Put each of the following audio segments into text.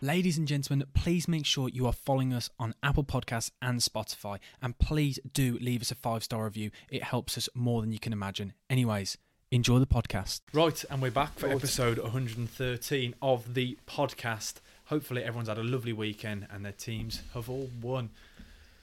Ladies and gentlemen, please make sure you are following us on Apple Podcasts and Spotify. And please do leave us a five star review. It helps us more than you can imagine. Anyways, enjoy the podcast. Right, and we're back for episode 113 of the podcast. Hopefully, everyone's had a lovely weekend and their teams have all won.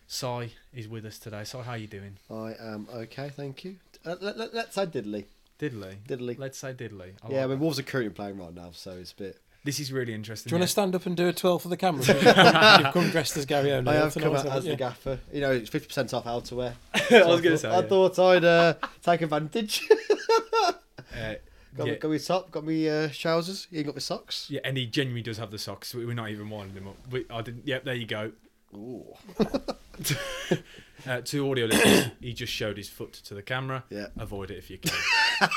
Sai is with us today. Sai, how you doing? I am okay, thank you. Uh, let, let, let's say diddly, Diddly. diddly. Let's say diddly. I yeah, I like mean, that. Wolves are currently playing right now, so it's a bit. this is really interesting. Do you yeah. want to stand up and do a twirl for the camera? You've come dressed as Gary O'Neill. I have come tonight, out haven't as you? the gaffer. You know, it's fifty percent off outerwear. I was going to thought- say. I yeah. thought I'd uh, take advantage. Uh, got, yeah. me, got me top, got me uh, trousers. You got me socks. Yeah, and he genuinely does have the socks. We- We're not even winding him up. We, I didn't. Yep, there you go. Ooh. Uh, to audio listeners, he just showed his foot to the camera. Yeah. Avoid it if you can.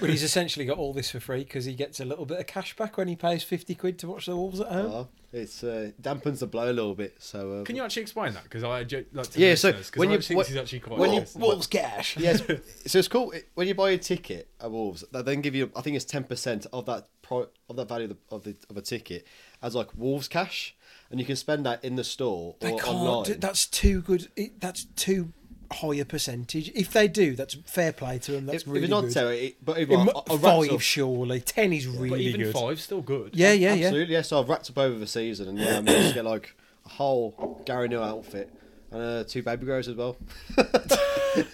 But he's essentially got all this for free because he gets a little bit of cash back when he pays 50 quid to watch the Wolves at home. Oh, it's uh, dampens the blow a little bit. So uh, Can you actually explain that? Because I ju- like to Yeah, the so listeners, 'cause when I you- actually when- think this is actually quite when you- nice. Wolves cash. Yes, so it's cool it, when you buy a ticket at Wolves. They then give you, I think it's ten percent of that pro, of that value of the, of the of a ticket as like Wolves cash, and you can spend that in the store They or can't. online. do- that's too good. It, that's too high a percentage. If they do, that's fair play to them. That's If- if really it's not good. so, it, but if It I- mu- I- I wrapped five, up- surely. Ten is but really even good. five's still good. Yeah, yeah, yeah. Absolutely, yeah. So I've wrapped up over the season, and yeah, I managed to get like a whole Gary Neal outfit and uh, two baby grows as well.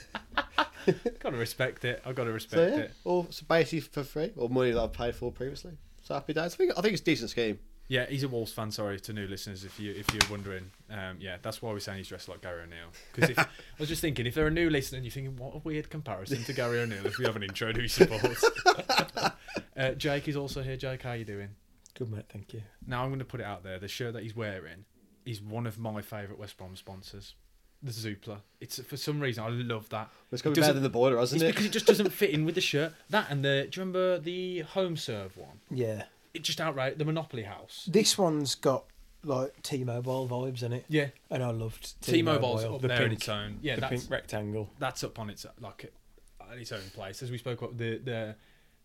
Gotta respect it. I've gotta respect So yeah, it. all so basically for free, or money that I've paid for previously. So happy days. I think I think it's a decent scheme. Yeah, he's a Wolves fan. Sorry to new listeners, if you if you're wondering. Um, yeah, that's why we're saying he's dressed like Gary O'Neill. Because I was just thinking, if they're a new listener, and you're thinking, what a weird comparison to Gary O'Neill. If we haven't introed who he supports. uh, Jake is also here. Jake, how you doing? Good, mate. Thank you. Now I'm going to put it out there. The shirt that he's wearing is one of my favourite West Brom sponsors, the Zoopla. It's for some reason I love that. It's got It to be better doesn't- than the boiler, hasn't It's it? because it just doesn't fit in with the shirt. That and the do you remember the home serve one? Yeah. It just outright the Monopoly House. This one's got like T-Mobile vibes in it. Yeah, And I loved T-Mobile's T-Mobile, up the there in pink, its own. Yeah, the that's pink rectangle. that's up on its like at its own place. As we spoke about the the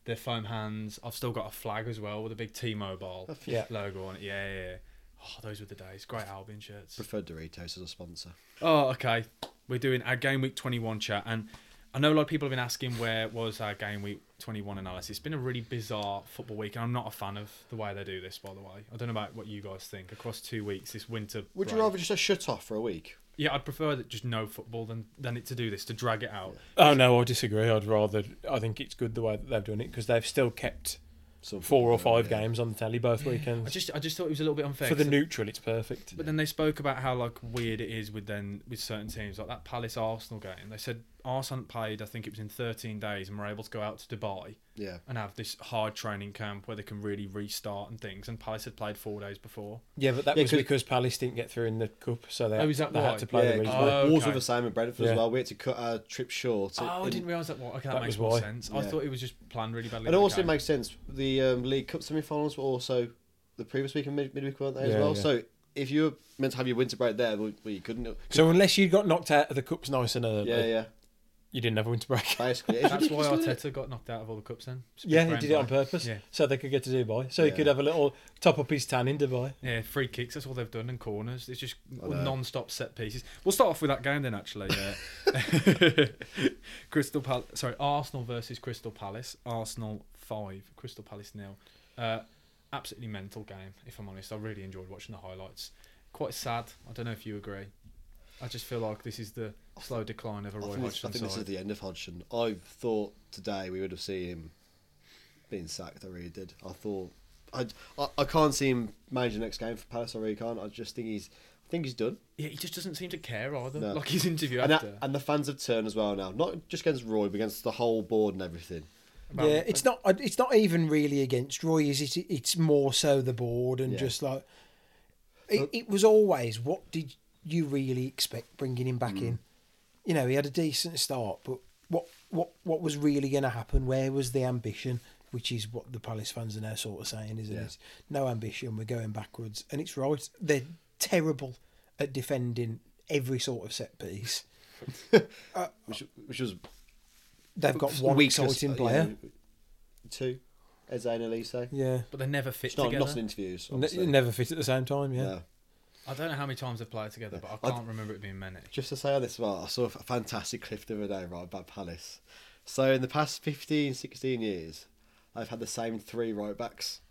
the foam hands. I've still got a flag as well with a big T-Mobile Yeah. logo on it. Yeah, yeah. yeah. Oh, those were the days. Great Albion shirts. Oh, Preferred Doritos as a sponsor. Oh, okay. We're doing our game week 21 chat, and I know a lot of people have been asking where was our game week 21 analysis. It's been a really bizarre football week, and I'm not a fan of the way they do this. By the way, I don't know about what you guys think. Across two weeks, this winter. Would you break- rather just a shut off for a week? Yeah, I'd prefer that just no football than than it to do this to drag it out. Oh no, I disagree. I'd rather. I think it's good the way that they've done it because they've still kept Some four or five yeah. games on the telly both I weekends. just I just thought it was a little bit unfair. For the 'cause- neutral, it's perfect. But then they spoke about how like weird it is with then with certain teams like that Palace Arsenal game. They said Arsenal hadn't played. I think it was in 13 days, and were able to go out to Dubai. Yeah. and have this hard training camp where they can really restart and things. And Palace had played four days before. Yeah, but that Yeah, was 'cause- because Palace didn't get through in the cup, so they, Oh, is that they why? had to play yeah, the 'cause regional. Oh, Wolves okay. were the same at Brentford as Yeah. well. We had to cut our trip short. Oh, I in- didn't realise that. What? Okay, that, That makes was more why. sense. I Yeah. thought it was just planned really badly. And in the also, it game. makes sense. The um, League Cup semi-finals were also the previous week and mid- midweek, weren't they as Yeah, well? yeah. So if you were meant to have your winter break there, well, well, you couldn't. So unless you got knocked out of the cups nice and early, Yeah, yeah. you didn't have a winter break. Basically, It's that's why ridiculous, isn't Arteta it? got knocked out of all the cups then. It's a big Yeah, he brain did it on play. purpose, Yeah. so they could get to Dubai, so Yeah. he could have a little top up his tan in Dubai. Yeah, free kicks. That's all they've done and corners. It's just I know. non-stop set pieces. We'll start off with that game then. Actually, uh, Crystal Palace. Sorry, Arsenal versus Crystal Palace. Arsenal five, Crystal Palace nil. Uh, absolutely mental game. If I'm honest, I really enjoyed watching the highlights. Quite sad. I don't know if you agree. I just feel like this is the slow decline of a I Roy think, this, I Hodgson think this is side. the end of Hodgson. I thought today we would have seen him being sacked. I really did. I thought I, I, I can't see him manage the next game for Palace. I really can't. I just think he's I think he's done. Yeah, he just doesn't seem to care either. No. Like his interview And, that- after. and the fans have turned as well now. Not just against Roy, but against the whole board and everything. about- yeah, it's not. uh, It's not even really against Roy. Is it? It's more so the board and Yeah. just like it, it was always. What did you really expect bringing him Hmm. back in? You know, he had a decent start, but what what what was really going to happen? Where was the ambition? Which is what the Palace fans are now sort of saying, isn't Yeah. it? No ambition. We're going backwards, and it's right. They're terrible at defending every sort of set piece. Which, which was They've got one weeks exciting uh, yeah, player. two. Eze and Elise. It's Yeah. But they never fit not, together. not in interviews. Ne- obviously. never fit at the same time, yeah. No. I don't know how many times they've played together, but I I- can't remember it being many. Just to say on this as well, I saw a fantastic clip the other day, right, about Palace. So in the past 15, 16 years, I've had the same three right backs.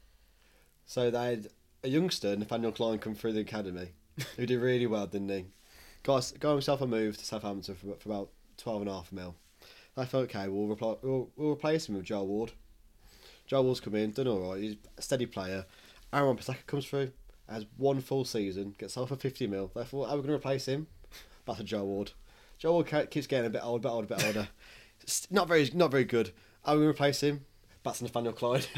So they had a youngster, Nathaniel Klein, come through the academy, who did really well, didn't he? Got, got himself a move to Southampton for, for about 12 and a half mil. I thought, okay, we'll, reply, we'll, we'll replace him with Joe Ward. Joe Ward's come in, done all right, he's a steady player. Aaron Pasaka comes through, has one full season, gets off for 50 mil. Therefore, how are we going to replace him? That's a Joe Ward. Joe Ward ca- keeps getting a bit old, bit older, bit older. S- not very, not very good. How are we going to replace him? That's Nathaniel Clyde.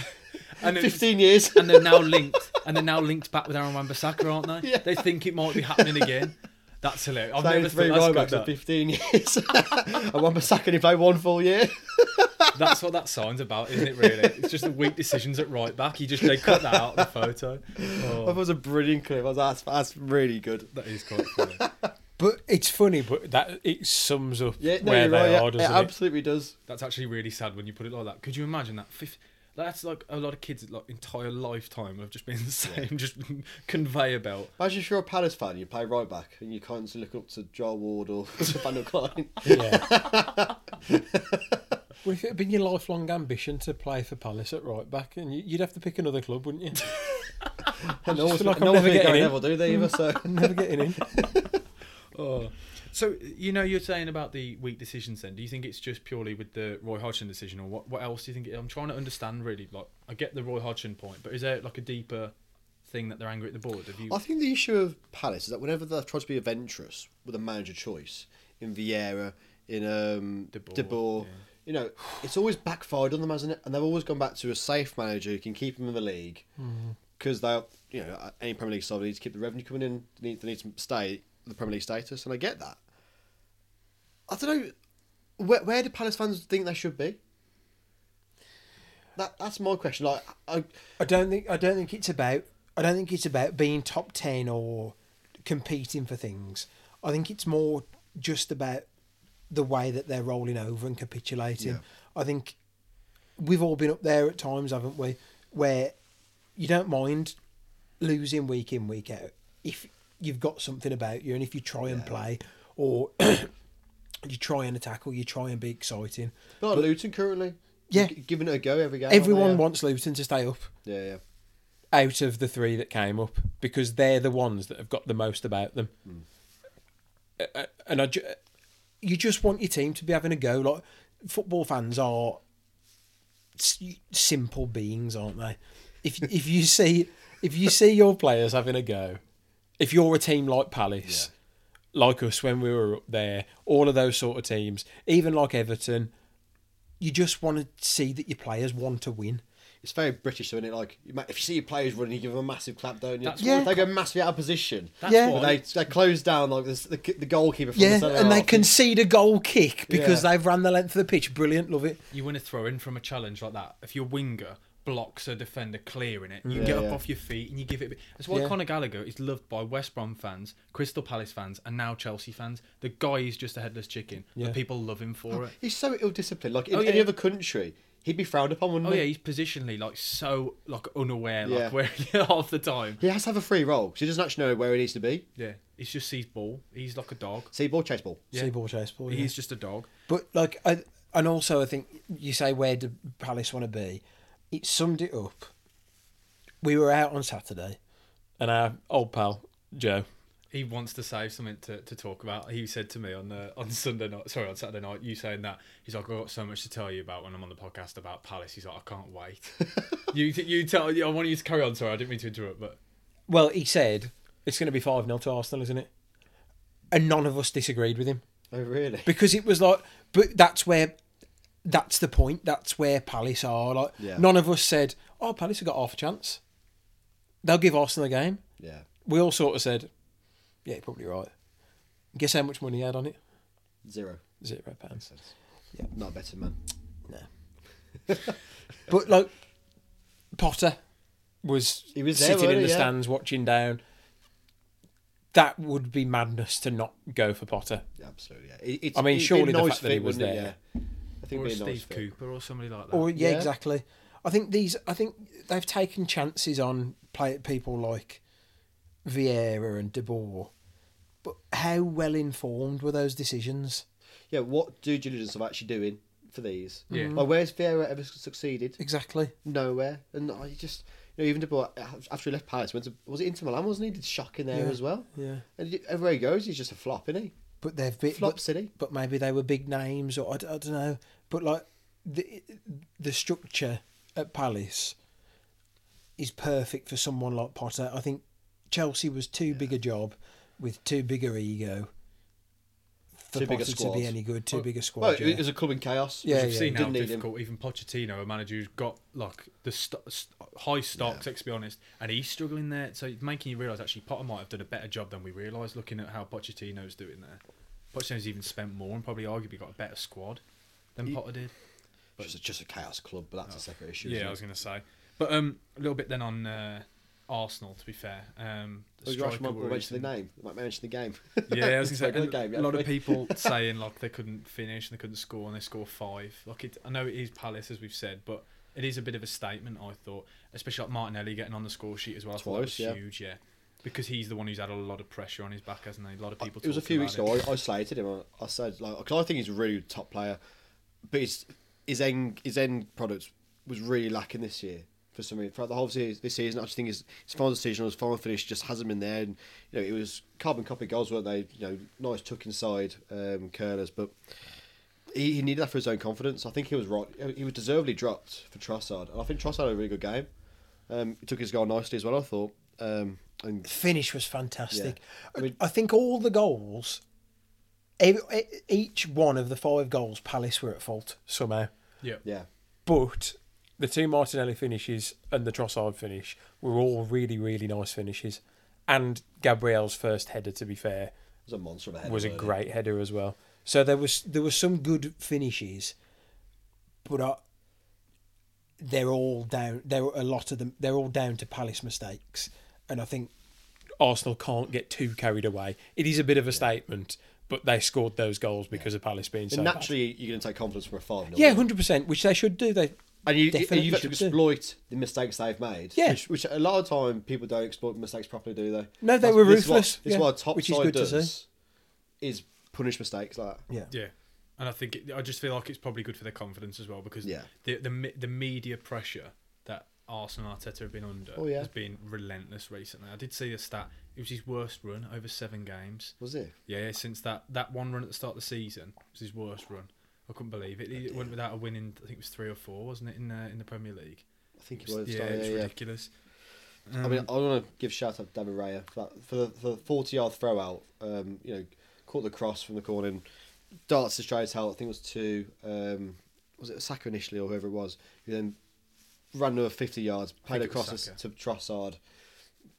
And it's- 15 years. and they're now linked, and they're now linked back with Aaron Wan-Bissaka, aren't they? Yeah. They think it might be happening again. That's hilarious. I've Playing never three thought right that's backs in good. 15 years. and one second, he played one full year. that- That's what that sign's about, isn't it? Really, it's just the weak decisions at right back. You just they cut that out of the photo. I Oh, thought it was a brilliant clip. I was like, that's, that's really good. that is quite funny. But it's funny, but that it sums up Yeah, no, where you're right. they yeah. are, it doesn't it? absolutely does. That's actually really sad when you put it like that. Could you imagine that? Fif- like, that's like a lot of kids' like entire lifetime of just being the same, just conveyor belt. Imagine if you're a Palace fan, you play right back, and you constantly look up to Joel Ward or Nathaniel Klein. Yeah. well, if it had been your lifelong ambition to play for Palace at right back, and you- you'd have to pick another club, wouldn't you? And no one's, feel like I'm no one's never going getting in. to do they either? So Never getting in. Oh. So you know you're saying about the weak decisions. Then do you think it's just purely with the Roy Hodgson decision, or what? What else do you think? It, I'm trying to understand really. Like I get the Roy Hodgson point, but is there like a deeper thing that they're angry at the board? Have you? I think the issue of Palace is that whenever they've tried to be adventurous with a manager choice in Vieira, in um, De De Boer, Boer, yeah. you know, it's always backfired on them, hasn't it? And they've always gone back to a safe manager who can keep them in the league because they, you know, any Premier League side needs to keep the revenue coming in. They need, they need to stay the Premier League status, and I get that. I don't know where where do Palace fans think they should be. That that's my question. Like, I, I don't think I don't think it's about I don't think it's about being top ten or competing for things. I think it's more just about the way that they're rolling over and capitulating. Yeah. I think we've all been up there at times, haven't we? Where you don't mind losing week in week out if you've got something about you and if you try and play or you try and attack or you try and be exciting. like Luton currently. Yeah. G- giving it a go every game. aren't they? Everyone Yeah. wants Luton to stay up. Yeah, yeah. out of the three that came up because they're the ones that have got the most about them. A- a- And I, ju- you just want your team to be having a go. Like football fans are s- simple beings, aren't they? If if you see if you see your players having a go, if you're a team like Palace, like us when we were up there, all of those sort of teams, even like Everton, you just want to see that your players want to win. It's very British, isn't it? Like, you ma- if you see your players running, you give them a massive clap, don't you? That's Yeah. what- They go massively out of position. That's Yeah. But why. they, they close down, like, the, the, the goalkeeper from the Yeah, centre and they half. concede a goal kick because Yeah. they've run the length of the pitch. Brilliant, love it. you win a throw in from a challenge like that. If your winger blocks a defender clearing it, you Yeah, get up yeah. off your feet and you give it. a bit- That's why Yeah. Conor Gallagher is loved by West Brom fans, Crystal Palace fans, and now Chelsea fans. The guy is just a headless chicken, Yeah. but people love him for it. He's so ill disciplined. Like, in Oh, yeah. any other country, he'd be frowned upon, wouldn't Oh he? yeah, he's positionally like so like unaware, like Yeah. where half the time. He has to have a free roll because he doesn't actually know where he needs to be. Yeah, he just sees ball. He's like a dog. See, ball, chase ball. Yeah. See ball chase ball. Oh, yeah. He's just a dog. But like, I, and also I think you say where do Palace want to be? It summed it up. We were out on Saturday, and our old pal Joe. He wants to save something to, to talk about. He said to me on the on Sunday night, sorry, on Saturday night, you saying that he's like, I've got so much to tell you about when I'm on the podcast about Palace. He's like, I can't wait. you you tell. I want you to carry on. Sorry, I didn't mean to interrupt, but Well, he said it's going to be five 0 to Arsenal, isn't it? And none of us disagreed with him. Oh, really? because it was like but that's where that's the point that's where palace are like Yeah. none of us said oh palace have got half a chance they'll give arsenal a game Yeah. we all sort of said yeah you're probably right guess how much money he had on it Zero. zero pounds Yeah. Not a better man. no but like potter was, He was there, sitting weren't in he? the Yeah. stands watching down that would be madness to not go for potter Yeah, absolutely. Yeah. It, it's, I mean, it'd be a surely the nice fact that he fit, was wouldn't it? there. Yeah. I think or it'd a be a nice Steve fit. Oh, Cooper or somebody like that. Or yeah, Yeah. exactly. I think these. I think they've taken chances on play people like Vieira and De Boer, but how well informed were those decisions? Yeah, what due diligence am I actually doing for these? Yeah. Like, where's Vieira ever succeeded? Exactly. Nowhere. And I just, you know, even De Boer, after he left Palace, went to, was it Inter Milan, wasn't he? Did shock in there Yeah. as well. Yeah. And he- everywhere he goes, he's just a flop, isn't he? But they've been Flop but, city. but maybe they were big names, or I, don't know. But like the the structure at Palace is perfect for someone like Potter. I think Chelsea was too big a job with too big a ego for Too big a Potter to be squad. any good. Too Well- big a squad. Well, it yeah. was a club in chaos. Yeah, You've seen how Didn't need him. difficult even Pochettino, a manager who's got like the st- st- high stocks, let's be honest, and he's struggling there. So it's making you realise actually Potter might have done a better job than we realised looking at how Pochettino's doing there. Pochettino's even spent more and probably arguably got a better squad than Potter did. It's just a, just a chaos club, but that's a separate issue. Oh. Yeah, I was going to say. But um, a little bit then on uh, Arsenal, to be fair. Um, the Well, you actually striker might worries mention the and- name. You might mention the game. Yeah, I was It's going to like say. a game, and a lot of haven't we? people saying like they couldn't finish and they couldn't score and they score five. Like it, I know it is Palace as we've said, but it is a bit of a statement. I thought, especially like Martinelli getting on the score sheet as well. I thought that Twice, was yeah. huge, yeah, because he's the one who's had a lot of pressure on his back, hasn't he? A lot of people. Uh, It was a talking few about weeks him. ago. I, I slated him. I, I said like, cause I think he's a really top player, but his his end his end product was really lacking this year for some reason. Throughout the whole season, this season, I just think his his final decision, his final finish, just hasn't been there. And you know, it was carbon copy goals, weren't they? You know, nice tuck inside um, curlers, but. He, he needed that for his own confidence. I think he was right. He was deservedly dropped for Trossard, and I think Trossard had a really good game. Um, he took his goal nicely as well. I thought. Um, and finish was fantastic. Yeah. I mean- I think all the goals, ev- e- each one of the five goals, Palace were at fault somehow. Yeah. yeah, But the two Martinelli finishes and the Trossard finish were all really, really nice finishes. And Gabriel's first header, to be fair, it was a monster of a header. was a wasn't it? great header as well. So there was there were some good finishes, but uh, I, they're all down. There were a lot of them. They're all down to Palace mistakes, and I think Arsenal can't get too carried away. It is a bit of a statement, but they scored those goals because of Palace being so And bad. naturally, you're going to take confidence from a five. Yeah, hundred percent, which they should do. They and you, you- definitely you've got to should do. exploit the mistakes they've made. Yeah. which, which a lot of time people don't exploit mistakes properly, do they? No, they That's- were this is what- ruthless, This yeah, is what a top which is side good to see. does: is punish mistakes like that. yeah, Yeah, and I think it, I just feel like it's probably good for their confidence as well because Yeah. the the me- the media pressure that Arsenal and Arteta have been under Oh, yeah. has been relentless recently. I did see a stat; it was his worst run over seven games. Was it? Yeah, since that that one run at the start of the season it was his worst run. I couldn't believe it. He went without a win in I think it was three or four, wasn't it in the, in the Premier League? I think It it was. was- yeah, sorry, it's yeah, yeah. ridiculous. I mean, Mm. I want to give shout out to David Raya for that for the, for the 40 yard throw out. Um, you know, caught the cross from the corner and darts to straight out. I think it was to um, was it Saka initially or whoever it was. Who then ran another 50 yards, played it was across to, Saka. to Trossard.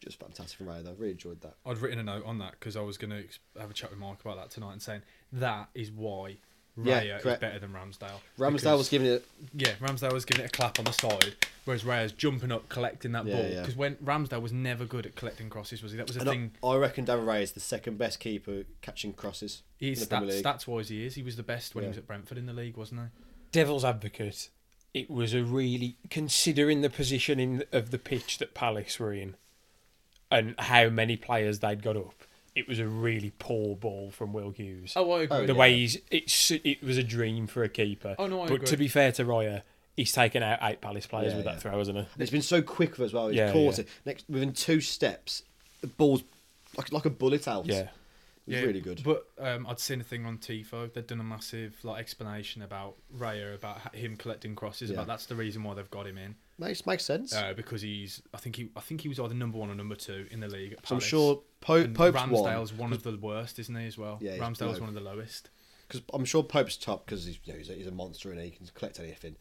Just fantastic from Raya. though. I really enjoyed that. I'd written a note on that because I was going to have a chat with Mark about that tonight and saying that is why Yeah, Raya is correct. better than Ramsdale. Ramsdale Because- was giving it. Yeah, Ramsdale was giving it a clap on the side, whereas Raya's jumping up, collecting that Yeah, ball. yeah. Because when Ramsdale was never good at collecting crosses, was he? That was a And I- thing. I reckon David Raya is the second best keeper catching crosses. He's in the Premier League. stats wise, he is. He was the best when he Yeah. was at Brentford in the league, wasn't he? devil's advocate. It was a really considering the position in of the pitch that Palace were in, and how many players they'd got up. It was a really poor ball from Will Hughes. Oh, I agree. Oh, the yeah. way he's it's it was a dream for a keeper. Oh, no, I but agree. to be fair to Raya, he's taken out eight Palace players Yeah, with yeah. that throw, hasn't he? And it's been so quick as well. He's Yeah, caught yeah. it next within two steps. The ball's like like a bullet out. Yeah. It was really good. But um, I'd seen a thing on Tifo. They'd done a massive like explanation about Raya, about h- him collecting crosses. Yeah. About that's the reason why they've got him in Makes makes sense. uh, because he's. I think he. I think he was either number one or number two in the league. At so I'm Palace. sure Pope And Pope's Ramsdale's one one of the worst, isn't he? As well. Yeah, he's Ramsdale's low. one of the lowest. because I'm sure Pope's top because he's you know, he's, a, he's a monster and he can collect anything.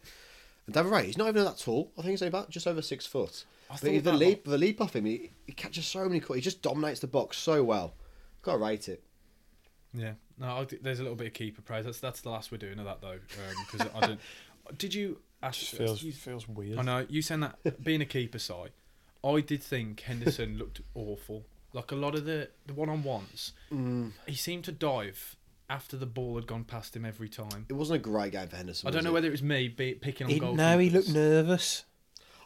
And David Ray, he's not even that tall. I think he's about just over six foot. I but thought the that- leap, the leap off him, he, he catches so many. cut- He just dominates the box so well. Got to rate it. Yeah, no, I'll, d- there's a little bit of keeper praise. That's that's the last we're doing of that though, because I don't. Did you? Ash, Feels you- feels weird. I know uh, you saying that being a keeper side, I did think Henderson looked awful. Like a lot of the the one on ones, Mm. he seemed to dive after the ball had gone past him every time. It wasn't a great game for Henderson. I was don't know it? whether it was me be, picking on He- goal. no, he looked nervous.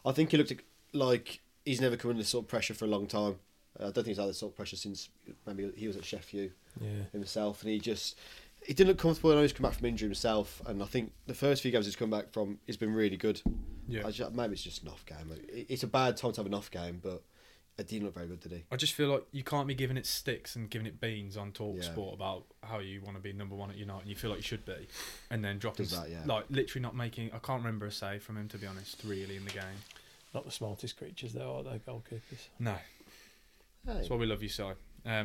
I think he looked at- like he's never come under this sort of pressure for a long time. Uh, I don't think he's had this sort of pressure since maybe he was at Sheffield Yeah. himself, and he just he didn't look comfortable. I know he's come back from injury himself, and I think the first few games he's come back from, he's been really good. Yeah. I just, maybe it's just an off game. It- It's a bad time to have an off game, but it didn't look very good, did he? I just feel like you can't be giving it sticks and giving it beans on talk Yeah. sport about how you want to be number one at United and you feel like you should be, and then dropping Does that, s- yeah. like literally not making. I can't remember a save from him to be honest. Really in the game, Not the smartest creatures, though, are they, goalkeepers? no. Hey. That's why we love you, Si. Um, I'm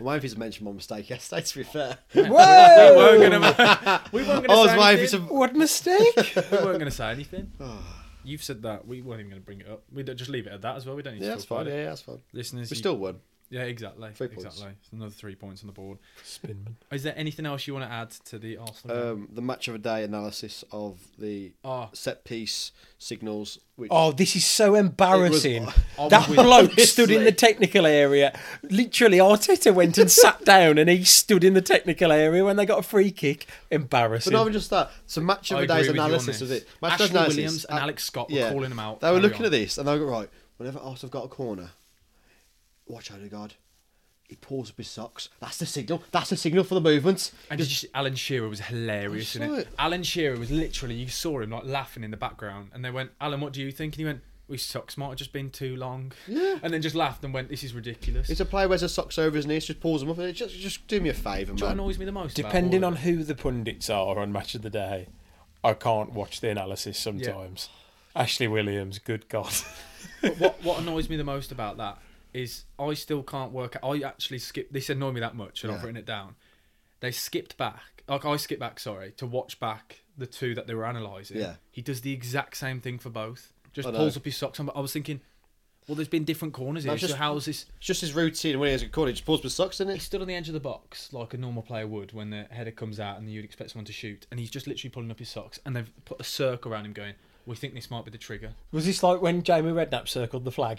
waiting for you to mention my mistake yesterday. To be fair, we weren't Whoa! gonna. We weren't gonna Oh. I was say waiting anything. for you to. What mistake? We weren't gonna say anything. Oh, You've said that. We weren't even gonna bring it up. We don't, just leave it at that as well. We don't need yeah, to that's talk about fine. it. Yeah, that's fine. Listeners, We you- still won. yeah, exactly, Three points. exactly. It's another three points on the board. Spinman. Is there anything else you want to add to the Arsenal? game? Um, the match of the day analysis of the Ah, set piece signals, which Oh, this is so It embarrassing. was- I was That with- bloke Obviously. stood in the technical area. Literally, Arteta went and sat down, and he stood in the technical area when they got a free kick. But Embarrassing. not even just that. So match of I the agree day's with you on analysis of this. it. Match of the Ashley Day's analysis, Williams and uh, Alex Scott were calling them out. They were Carry looking on. at this and they were right. Whenever Arsenal got a corner, watch Odegaard. He pulls up his socks. That's the signal. That's the signal for the movement. And just, Alan Shearer was hilarious I in saw it. it. Alan Shearer was literally you saw him like laughing in the background, and they went, "Alan, what do you think?" And he went, "We socks might have just been too long." Yeah. And then just laughed and went, "This is ridiculous." It's a player wears his socks over his knees, just pulls them up. It just, just do me a favour, Do you know what man. annoys me the most? about Depending all of on who the pundits are on Match of the Day, I can't watch the analysis sometimes. Ashley Williams, good God. it? what what annoys me the most about that is I still can't work. out- I actually skipped. This annoyed me that much, and I've Yeah. written it down. They skipped back. Like I skipped back, sorry, to watch back the two that they were analysing. Yeah. He does the exact same thing for both. Just I know. pulls up his socks. on, but I was thinking, well, there's been different corners here. That's so just- how's this? It's just his routine. When he has a corner, he just pulls up his socks, isn't He it? stood on the edge of the box like a normal player would when the header comes out and you'd expect someone to shoot. And he's just literally pulling up his socks and they've put a circle around him going, we think this might be the trigger. Was this like when Jamie Redknapp circled the flag?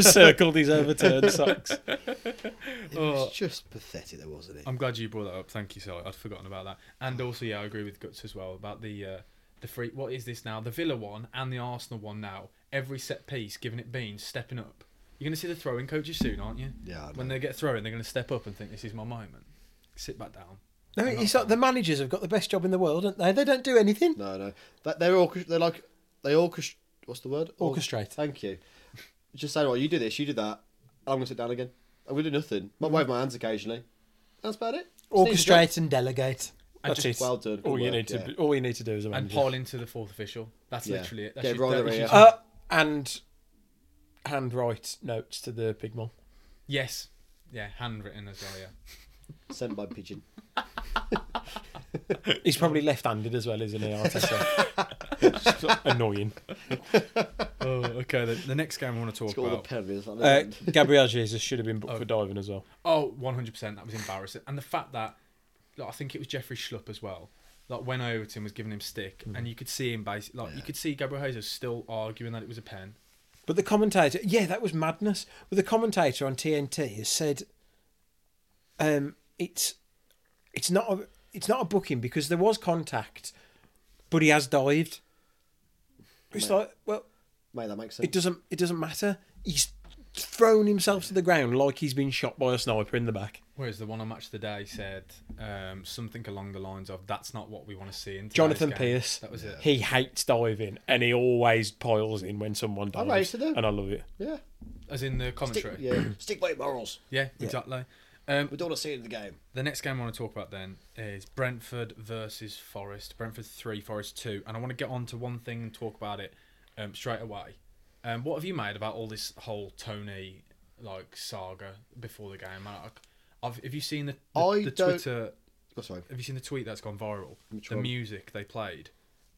circled his overturned socks. It was just pathetic, though, wasn't it? Oh. I'm glad you brought that up. Thank you, Sally. I'd forgotten about that. And also, yeah, I agree with Guts as well about the uh, the free. What is this now? The Villa one and the Arsenal one now. Every set piece, giving it beans, stepping up. You're going to see the throwing coaches soon, aren't you? Yeah, I When know. they get throwing, they're going to step up and think, this is my moment. Sit back down. No, it's like the managers have got the best job in the world, don't they? They don't do anything. No, no. That they're orchest- They're like they orchestrate. What's the word? Or- Orchestrate. Thank you. Just saying, well, you do this, you do that. I'm gonna sit down again. I'm gonna do nothing. Might wave my hands occasionally. That's about it. Just need Orchestrate and delegate. And That's just- it. well done. Good All you work, need to yeah. do- all you need to do is a and manager. pile into the fourth official. That's Yeah. literally it. That's Get your- right that over is here. Oh. your- Uh, and handwrite notes to the pig mole. yes, yeah, handwritten as well. Yeah, to- Sent by pigeon. He's probably left-handed as well, isn't he? Arteta? Just annoying. oh, okay. The, the next game I want to It's talk got all the about. penalties. like Uh, that. Gabriel Jesus should have been booked for diving as well. Oh, 100 percent. That was embarrassing, and the fact that, like, I think it was Jeffrey Schlupp as well. Like when Overton was giving him stick, and you could see him basically, like you could see Gabriel Jesus still arguing that it was a pen. But the commentator, yeah, that was madness. But the commentator on TNT has said, um, it's it's not a it's not a booking because there was contact, but he has dived. It's Mate. like, well, Mate, that makes sense. it doesn't it doesn't matter. He's thrown himself to the ground like he's been shot by a sniper in the back. Whereas the one on Match of the Day said um, something along the lines of, "That's not what we want to see." In today's Jonathan game." Pearce. That was it. He hates diving, and he always piles in when someone I dives. raised it up. and I love it. Yeah. As in the Stick, commentary. yeah. Stick by your morals. yeah, exactly. Um, We don't want to see it in the game. The next game I want to talk about then is Brentford versus Forest. Brentford three, Forest two, and I want to get on to one thing and talk about it um, straight away. Um, what have you made about all this whole Tony like saga before the game? I, I've, have you seen the, the, I the don't- Twitter? Oh, sorry. Have you seen the tweet that's gone viral? Which the one? music they played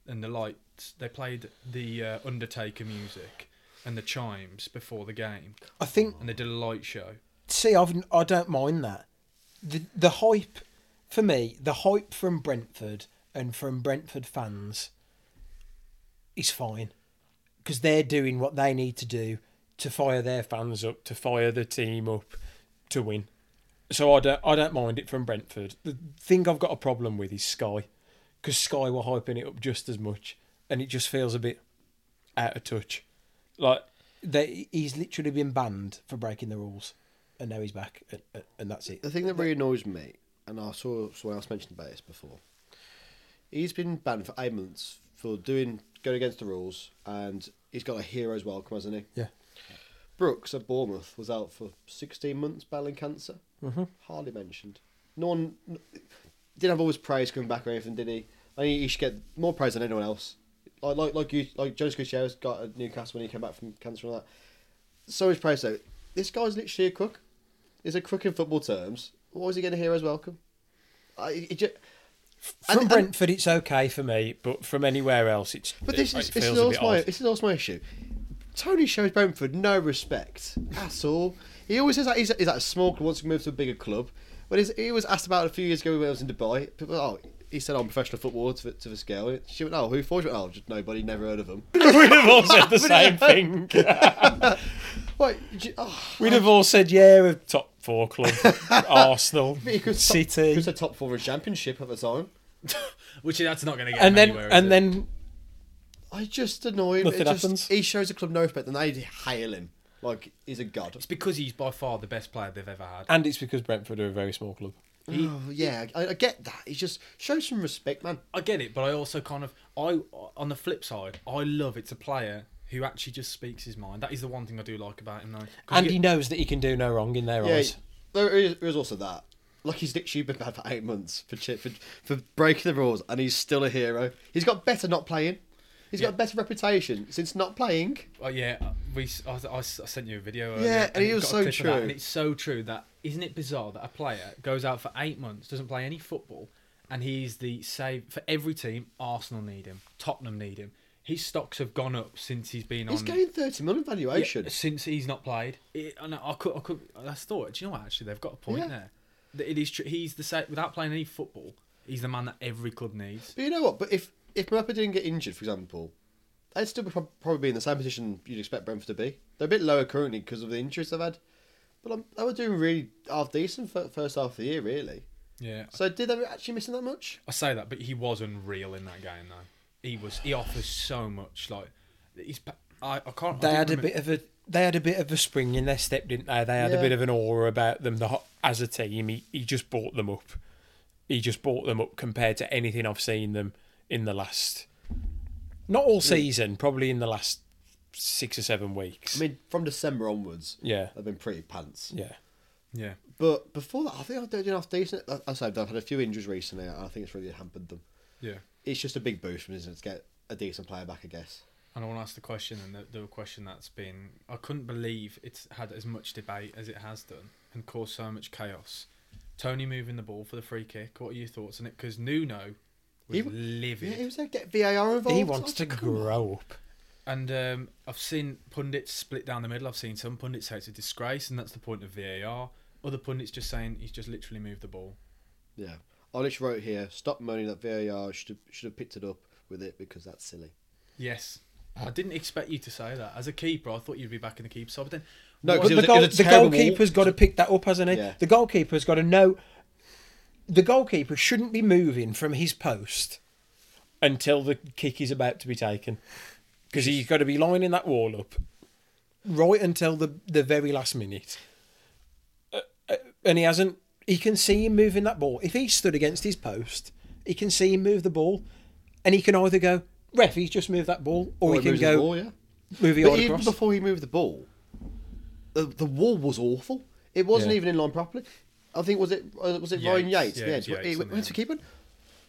and the lights they played the uh, Undertaker music and the chimes before the game, I think and they did a light show. see, I've I don't mind that. The the hype for me, the hype from Brentford and from Brentford fans is fine because they're doing what they need to do to fire their fans. Fans up to fire the team up to win. So I don't, I don't mind it from Brentford. The thing I've got a problem with is Sky, because Sky were hyping it up just as much. and it just feels a bit out of touch. Like They, he's literally been banned for breaking the rules, and now he's back, and, and- and that's it. The thing that really annoys me, and I saw someone else mentioned about this before, he's been banned for eight months for doing going against the rules, and he's got a hero's welcome, hasn't he? Yeah. Brooks at Bournemouth was out for 16 months battling cancer. Mm-hmm. Hardly mentioned. No one n- didn't have all his praise coming back or anything, did he? I mean, he should get more praise than anyone else. Like like like you like Jonas Gutierrez got at Newcastle when he came back from cancer and all that. So much praise though. This guy's literally a crook. He's a crook in football terms. Why is he getting a hero's welcome? I, it ju- From and- and- Brentford, it's okay for for me, but from anywhere else, it's But this it, is it this feels is a also bit my odd. this is also my issue. Tony shows Brentford no respect at all. He always says that he's, he's at a small club, wants to move to a bigger club. But he's, he was asked about it a few years ago when I was in Dubai. People, oh, he said I'm a professional footballer to, the- to the scale. She went, oh, who for you? Oh, just nobody, never heard of him. We'd have all said the same thing. Wait, j- oh, We'd have all said, yeah, a top four club, Arsenal, he was top- he City, was a top four in championship at the time. Which that's not going to get and him then anywhere, is and it? then I just annoy him. It Nothing just- happens. He shows the club no respect, and they hail him like he's a god. it's because he's by far the best player they've ever had. and it's because Brentford are a very small club. oh, yeah, I, I get that. He just shows some respect, man. I get it, but I also kind of I on the flip side, I love it's a player who actually just speaks his mind. That is the one thing I do like about him though. 'Cause And you- he knows that he can do no wrong in their Yeah, eyes. there is, there is also that. Lucky's Nick Schubert been bad for eight months for, chi- for for breaking the rules, and he's still a hero. He's got better not playing. He's Yeah. got a better reputation since not playing. Oh yeah, we. s- I, I s- I sent you a video. Yeah, earlier, and it you've was got a so clip of that, true. and it's so true that isn't it bizarre that a player goes out for eight months, doesn't play any football, and he's the save for every team. Arsenal need him. Tottenham need him. His stocks have gone up since he's been He's on. getting thirty million valuation. Yeah, since he's not played. It, and I could, I could, I thought. Do you know what? Actually, they've got a point Yeah. there. That it is true. He's the same without playing any football. He's the man that every club needs. But you know what? But if if Mbappe didn't get injured, for example, they'd still be prob- probably be in the same position you'd expect Brentford to be. They're a bit lower currently because of the injuries they've had. But um, they were doing really half decent for first half of the year, really. Yeah, So did they actually miss him that much? I say that, but he was unreal in that game though. He was. He offers so much. Like he's. pa- I, I can't. They I had didn't a remember- bit of a they had a bit of a spring in their step, didn't they? They had a Yeah. bit of an aura about them. The ho- as a team, he, he just bought them up. He just bought them up compared to anything I've seen them in the last, not all season, probably in the last six or seven weeks. I mean, from December onwards, yeah, they've been pretty pants. yeah. Yeah. But before that, I think I was doing half decent. I- I said I've had a few injuries recently, and I think it's really hampered them. Yeah. It's just a big boost from isn't it, to get a decent player back, I guess. And I want to ask the question, and the, the question that's been, I couldn't believe it's had as much debate as it has done and caused so much chaos. Tony moving the ball for the free kick. What are your thoughts on it? Because Nuno was He w- livid, Yeah, he was there get VAR involved. He wants to Oh, come on. grow up. and um, I've seen pundits split down the middle. I've seen some pundits say it's a disgrace, and that's the point of VAR. Other pundits just saying he's just literally moved the ball. Yeah, I just wrote here: stop moaning that VAR should have, should have picked it up with it because that's silly. Yes, Uh, I didn't expect you to say that. As a keeper, I thought you'd be back in the keeper side, but then No, What- But But it the, was a- goal, it was a the terrible- goalkeeper's got to pick that up, hasn't he? Yeah. The goalkeeper's got to know. The goalkeeper shouldn't be moving from his post. until the kick is about to be taken. Because he's got to be lining that wall up right until the, the very last minute. Uh, uh, and he hasn't, he can see him moving that ball. If he stood against his post, he can see him move the ball and he can either go, ref, he's just moved that ball, or, Or he can moves the go, ball, yeah. move it But all even across. before he moved the ball, the, the wall was awful. It wasn't Yeah. even in line properly. I think was it uh, was it Ryan Yates. Yates? Yeah, Yeah, it was Yates he on the went to end. keep it.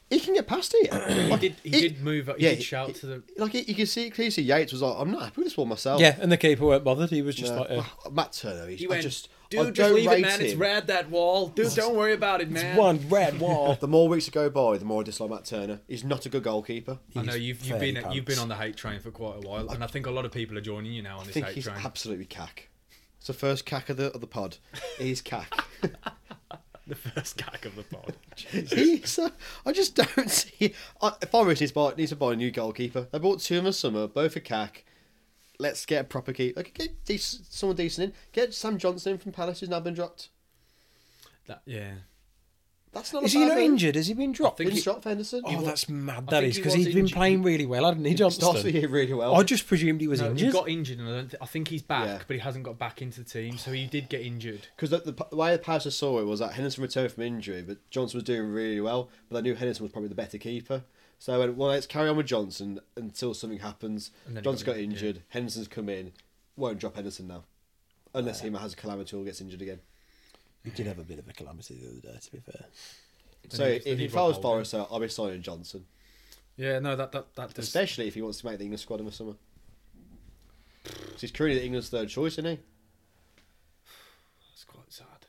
He can get past it. he did. He It- did move. He yeah, did he- shout to the Like you can see, clearly see Yates was like, "I'm not happy with this one Oh. myself." yeah, and the keeper weren't bothered. He was just Uh, like, uh, Matt Turner. He's, He I went, just, I dude, just don't leave it, rate man. It's him." red that wall, dude. Don't worry about it, man. one red wall. The more weeks that go by, the more I dislike Matt Turner. He's not a good goalkeeper. I know you've He's you've fairly been you've been pants. on the hate train for quite a while, and I think a lot of people are joining you now on I this think hate he's train. absolutely cack. It's the first cack of the of the pod. He's cack. the first gag of the pod. he's, uh, I just don't see. I, Forest needs to buy needs to buy a new goalkeeper. They bought two in the summer, both a cack. Let's get a proper keeper. Like, get decent, someone decent in. Get Sam Johnson in from Palace, who's now been dropped. that, yeah, That's not. Is a he bad not thing. injured? Has he been dropped? Did he Is- drop Henderson? oh, He wa- that's mad. I That think is he because was he's been injured. playing really well, hadn't he, starts the Johnston? year really well. I just presumed he was No, he injured. got injured, and I, don't th- I think he's back, Yeah. but he hasn't got back into the team, so he did get injured. Because the, the, the way the Palace saw it was that Henderson returned from injury, but Johnson was doing really well. But they knew Henderson was probably the better keeper. So I went, well, let's carry on with Johnson until something happens. And then he Johnson got got injured, injured. Henderson's come in. Won't drop Henderson now, unless he has a calamity or gets injured again. We did have a bit of a calamity the other day, to be fair. So he- then if, he if I dropped was Holden. Forrester, I'll be signing Johnson, Yeah, no, that that that does. especially if he wants to make the English squad in the summer. 'Cause he's currently England's third choice, isn't he? That's quite sad.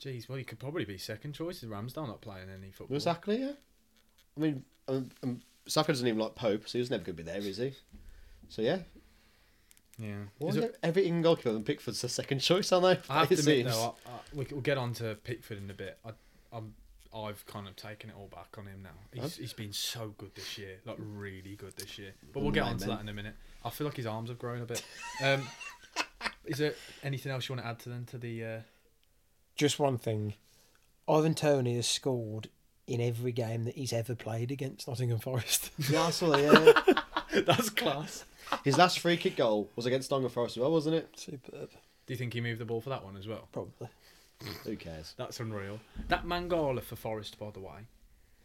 Jeez, well, he could probably be second choice. Ramsdale not playing any football. Was Saka yeah? I mean, um, um, Saka doesn't even like Pope, so he's never going to be there, is he? So yeah, Yeah. Why Is is it- every England goalkeeper and Pickford's the second choice, aren't they? I have to It admit, seems. though, I, I, we, we'll get on to Pickford in a bit. I, I'm, I've kind of taken it all back on him now. He's, he's been so good this year, like really good this year. But we'll get on to that in a minute. I feel like his arms have grown a bit. Um, is there anything else you want to add to then to the? Uh, Just one thing. Ivan Tony has scored in every game that he's ever played against Nottingham Forest. Yeah, I saw that, yeah. That's class. His last free kick goal was against Nottingham Forest as well, wasn't it? Superb. Do you think he moved the ball for that one as well? Probably. Who cares? That's unreal. That Mangala for Forest, by the way.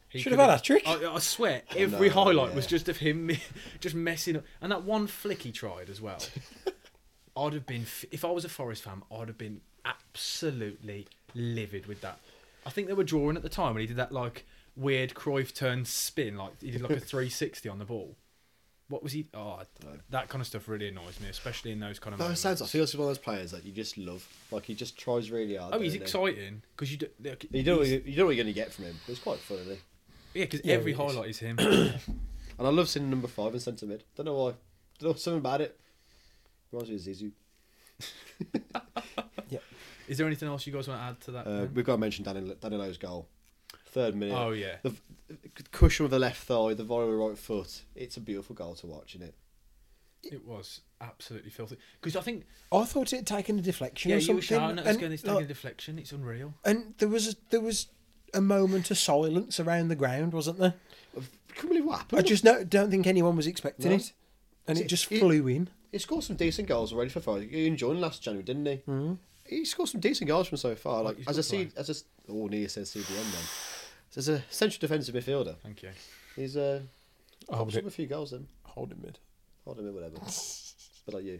he Should have could've- had a trick. I, I swear, every no, highlight was yeah. just of him just messing up. And that one flick he tried as well. I'd have been, f- if I was a Forest fan, I'd have been absolutely livid with that. I think they were drawing at the time when he did that like weird Cruyff turn spin, like he did like a 360 on the ball. What was he? Oh, I- that kind of stuff really annoys me, especially in those kind of. No, it moments. sounds like Fields is one of those players that you just love. Like, he just tries really hard. Oh, he's doesn't he? exciting because you do, look, You don't, know what he's- you you don't know what you're going to get from him. It's quite fun, isn't it? yeah, because Yeah, every he is. highlight is him. And I love seeing number five in centre mid. Don't know why. Don't know something about it. Reminds me of Zizou. Is there anything else you guys want to add to that? Uh, then? we've got to mention Danilo, Danilo's goal. Third minute. oh yeah, The the cushion with the left thigh, the volley with the right foot. It's a beautiful goal to watch, isn't it? it was absolutely filthy. Because I think I thought it had taken a deflection yeah, or you were something. shouting at us and, going, it's like, taking a deflection. It's unreal. and there was a, there was a moment of silence around the ground, wasn't there? I can't believe what happened. I just no, don't think anyone was expecting No. it, and it It- just it- flew in. He scored some decent goals already for Forest. He joined last January, didn't he? Mm-hmm. He scored some decent goals from so far. Like he's as good a C, as a s- oh, near says CDM then. So as a central defensive midfielder, Thank you. he's uh, Oh, popped but- up a few goals then. Holding mid. Hold him in whatever. but like you,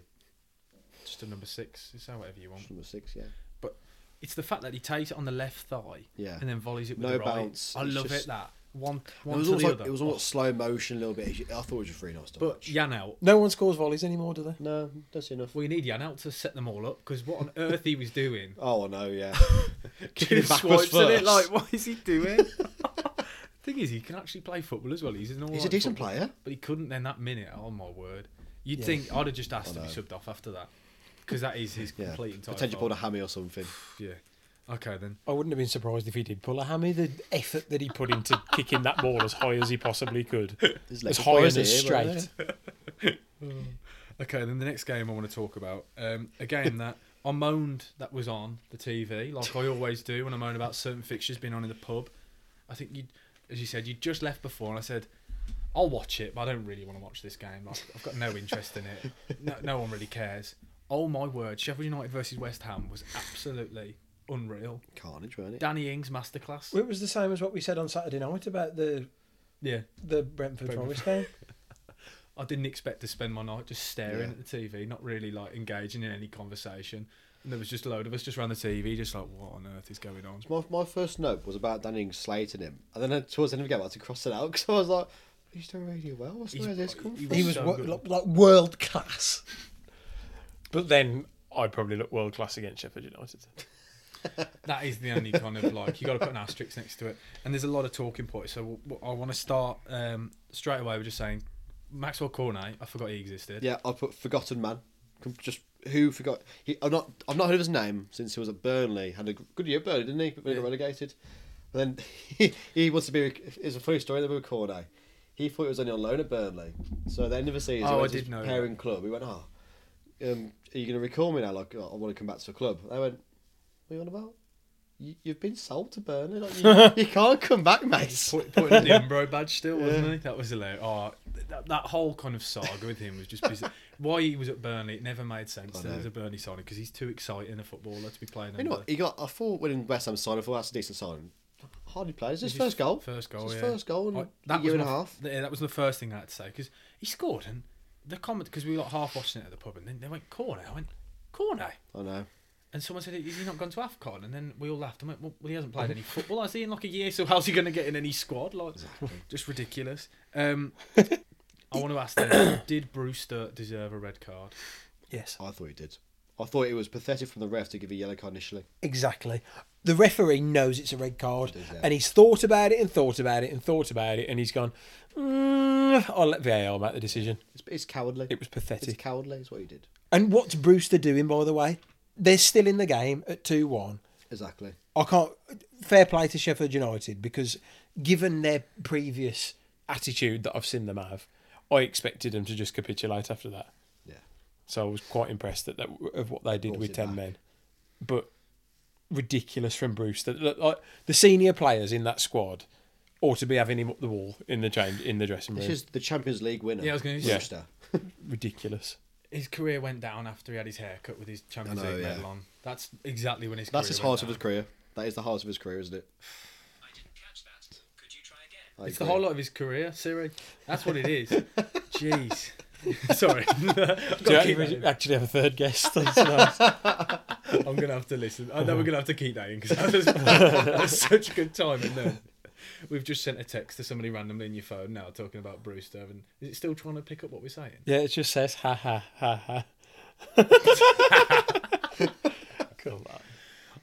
Just a number six. Say whatever you want. number six, yeah. But it's the fact that he takes it on the left thigh Yeah. and then volleys it with No the right. bounce, I it's love just- it that one it one was to almost the like, other. Oh, it was almost slow motion a little bit. I thought it was just really nice to but watch. Yanel. No one scores volleys anymore, do they? No, that's enough. Well, you need Yanel to set them all up because what on earth he was doing? Oh I know, yeah. He Kicking swipes backwards at it first. like, what is he doing? Thing is, he can actually play football as well. He's an all he's a right decent footballer. player. But he couldn't then that minute. Oh my word! You'd Yeah. think I'd have just asked to be know. subbed off after that, because that is his Yeah, complete entire. potentially fault. pulled a hammy or something. Yeah. Okay then. I wouldn't have been surprised if he did pull a hammy. The effort that he He put into kicking that ball as high as he possibly could. His as legs high were and as here, weren't straight. Okay then. The next game I want to talk about um, a game that I moaned that was on the TV, like I always do when I moan about certain fixtures being on in the pub. I think you, as you said, you just left before, and I said. I'll watch it, but I don't really want to watch this game. Like, I've got no interest in it. No, no one really cares. Oh my word! Sheffield United versus West Ham was absolutely unreal. they? Carnage, weren't it? Danny Ings masterclass. It was the same as what we said on Saturday night about the Yeah, the Brentford Brentford. Forest game. I didn't expect to spend my night just staring Yeah. at the TV, not really like engaging in any conversation. And there was just a load of us just around the TV, just like, what on earth is going on? My, my first note was about Danny Ings slating him, and then towards the end of the game, I had to cross it out because I was like, "He's doing really well. What's He's- where this come he from?" he was So wo- good. like, like world class. But then I'd probably look world class against Sheffield United. That is the only kind of like you got to put an asterisk next to it. And there's a lot of talking points, so w- w- I want to start um, straight away with just saying Maxwell Cornet. I forgot he existed. Yeah, I put forgotten man. Com- Just who forgot? He, I'm not. I've not heard of his name since he was at Burnley. Had a g- good year at Burnley, didn't he? But when he Yeah. got relegated, and then he, he wants to be. It's a funny story that we were called eh? He thought he was only on loan at Burnley. So at the end of the season, Oh, he I went to did his know that. parent club. He went, "Oh, um, are you going to recall me now? Like, oh, I want to come back to the club." They went, "What are you on about?" you, you've been sold to Burnley. Like, you, you can't come back, mate. Put, putting the Umbro badge still, wasn't he? That was hilarious. Oh, th- that, that whole kind of saga with him was just bizarre. why he was at Burnley. It never made sense I that he was know. a Burnley signing because he's too exciting a footballer to be playing. You know under. what? He got. I thought when West Ham signed, I thought that's a decent sign. Hardly played. It's his His first goal. First goal. It's yeah. his first goal in I- a was year and a my- half. Yeah, that was the first thing I had to say because he scored and the comment because we were like half watching it at the pub and then they went corner. I went corner. I know. And someone said, "Is he not gone to Afcon?" And then we all laughed. and went, "Well, well, he hasn't played any football. Has he in like a year? So how's he going to get in any squad? Like, just ridiculous." Um, I want to ask them: Did Brewster deserve a red card? Yes. I thought he did. I thought it was pathetic from the ref to give a yellow card initially. Exactly. The referee knows it's a red card, Does, yeah. and he's thought about it and thought. Thought about it and thought about it, and he's gone. Mm, I'll let VAR make the decision. It's, it's cowardly. It was pathetic. It's cowardly. Is what he did. And what's Brewster doing, by the way? They're still in the game at two one. Exactly. I can't. Fair play to Sheffield United because, given their previous, attitude that I've seen them have, I expected them to just capitulate after that. Yeah. So I was quite impressed that, that of what they did Brought with it ten back. men, but ridiculous from Bruce. That look, like the senior players in that squad ought to be having him up the wall in the change in the dressing room. This is the Champions League winner. Yeah, I was gonna say- Brewster. ridiculous. His career went down after he had his hair cut with his Champions I know, League yeah. medal on. That's exactly when his career That's his went heart of down. his career. That is the heart of his career, isn't it? I didn't catch that. Could you try again? I It's the agree. whole lot of his career, Siri. That's what it is. Jeez. Sorry. Do you I've actually- got actually have a third guest? That's nice. I'm gonna have to listen. I know we're gonna have to keep that in because that was, that was such a good time. And then we've just sent a text to somebody randomly in your phone now talking about Brewster. And is it still trying to pick up what we're saying? yeah, it just says ha ha ha ha. Come on.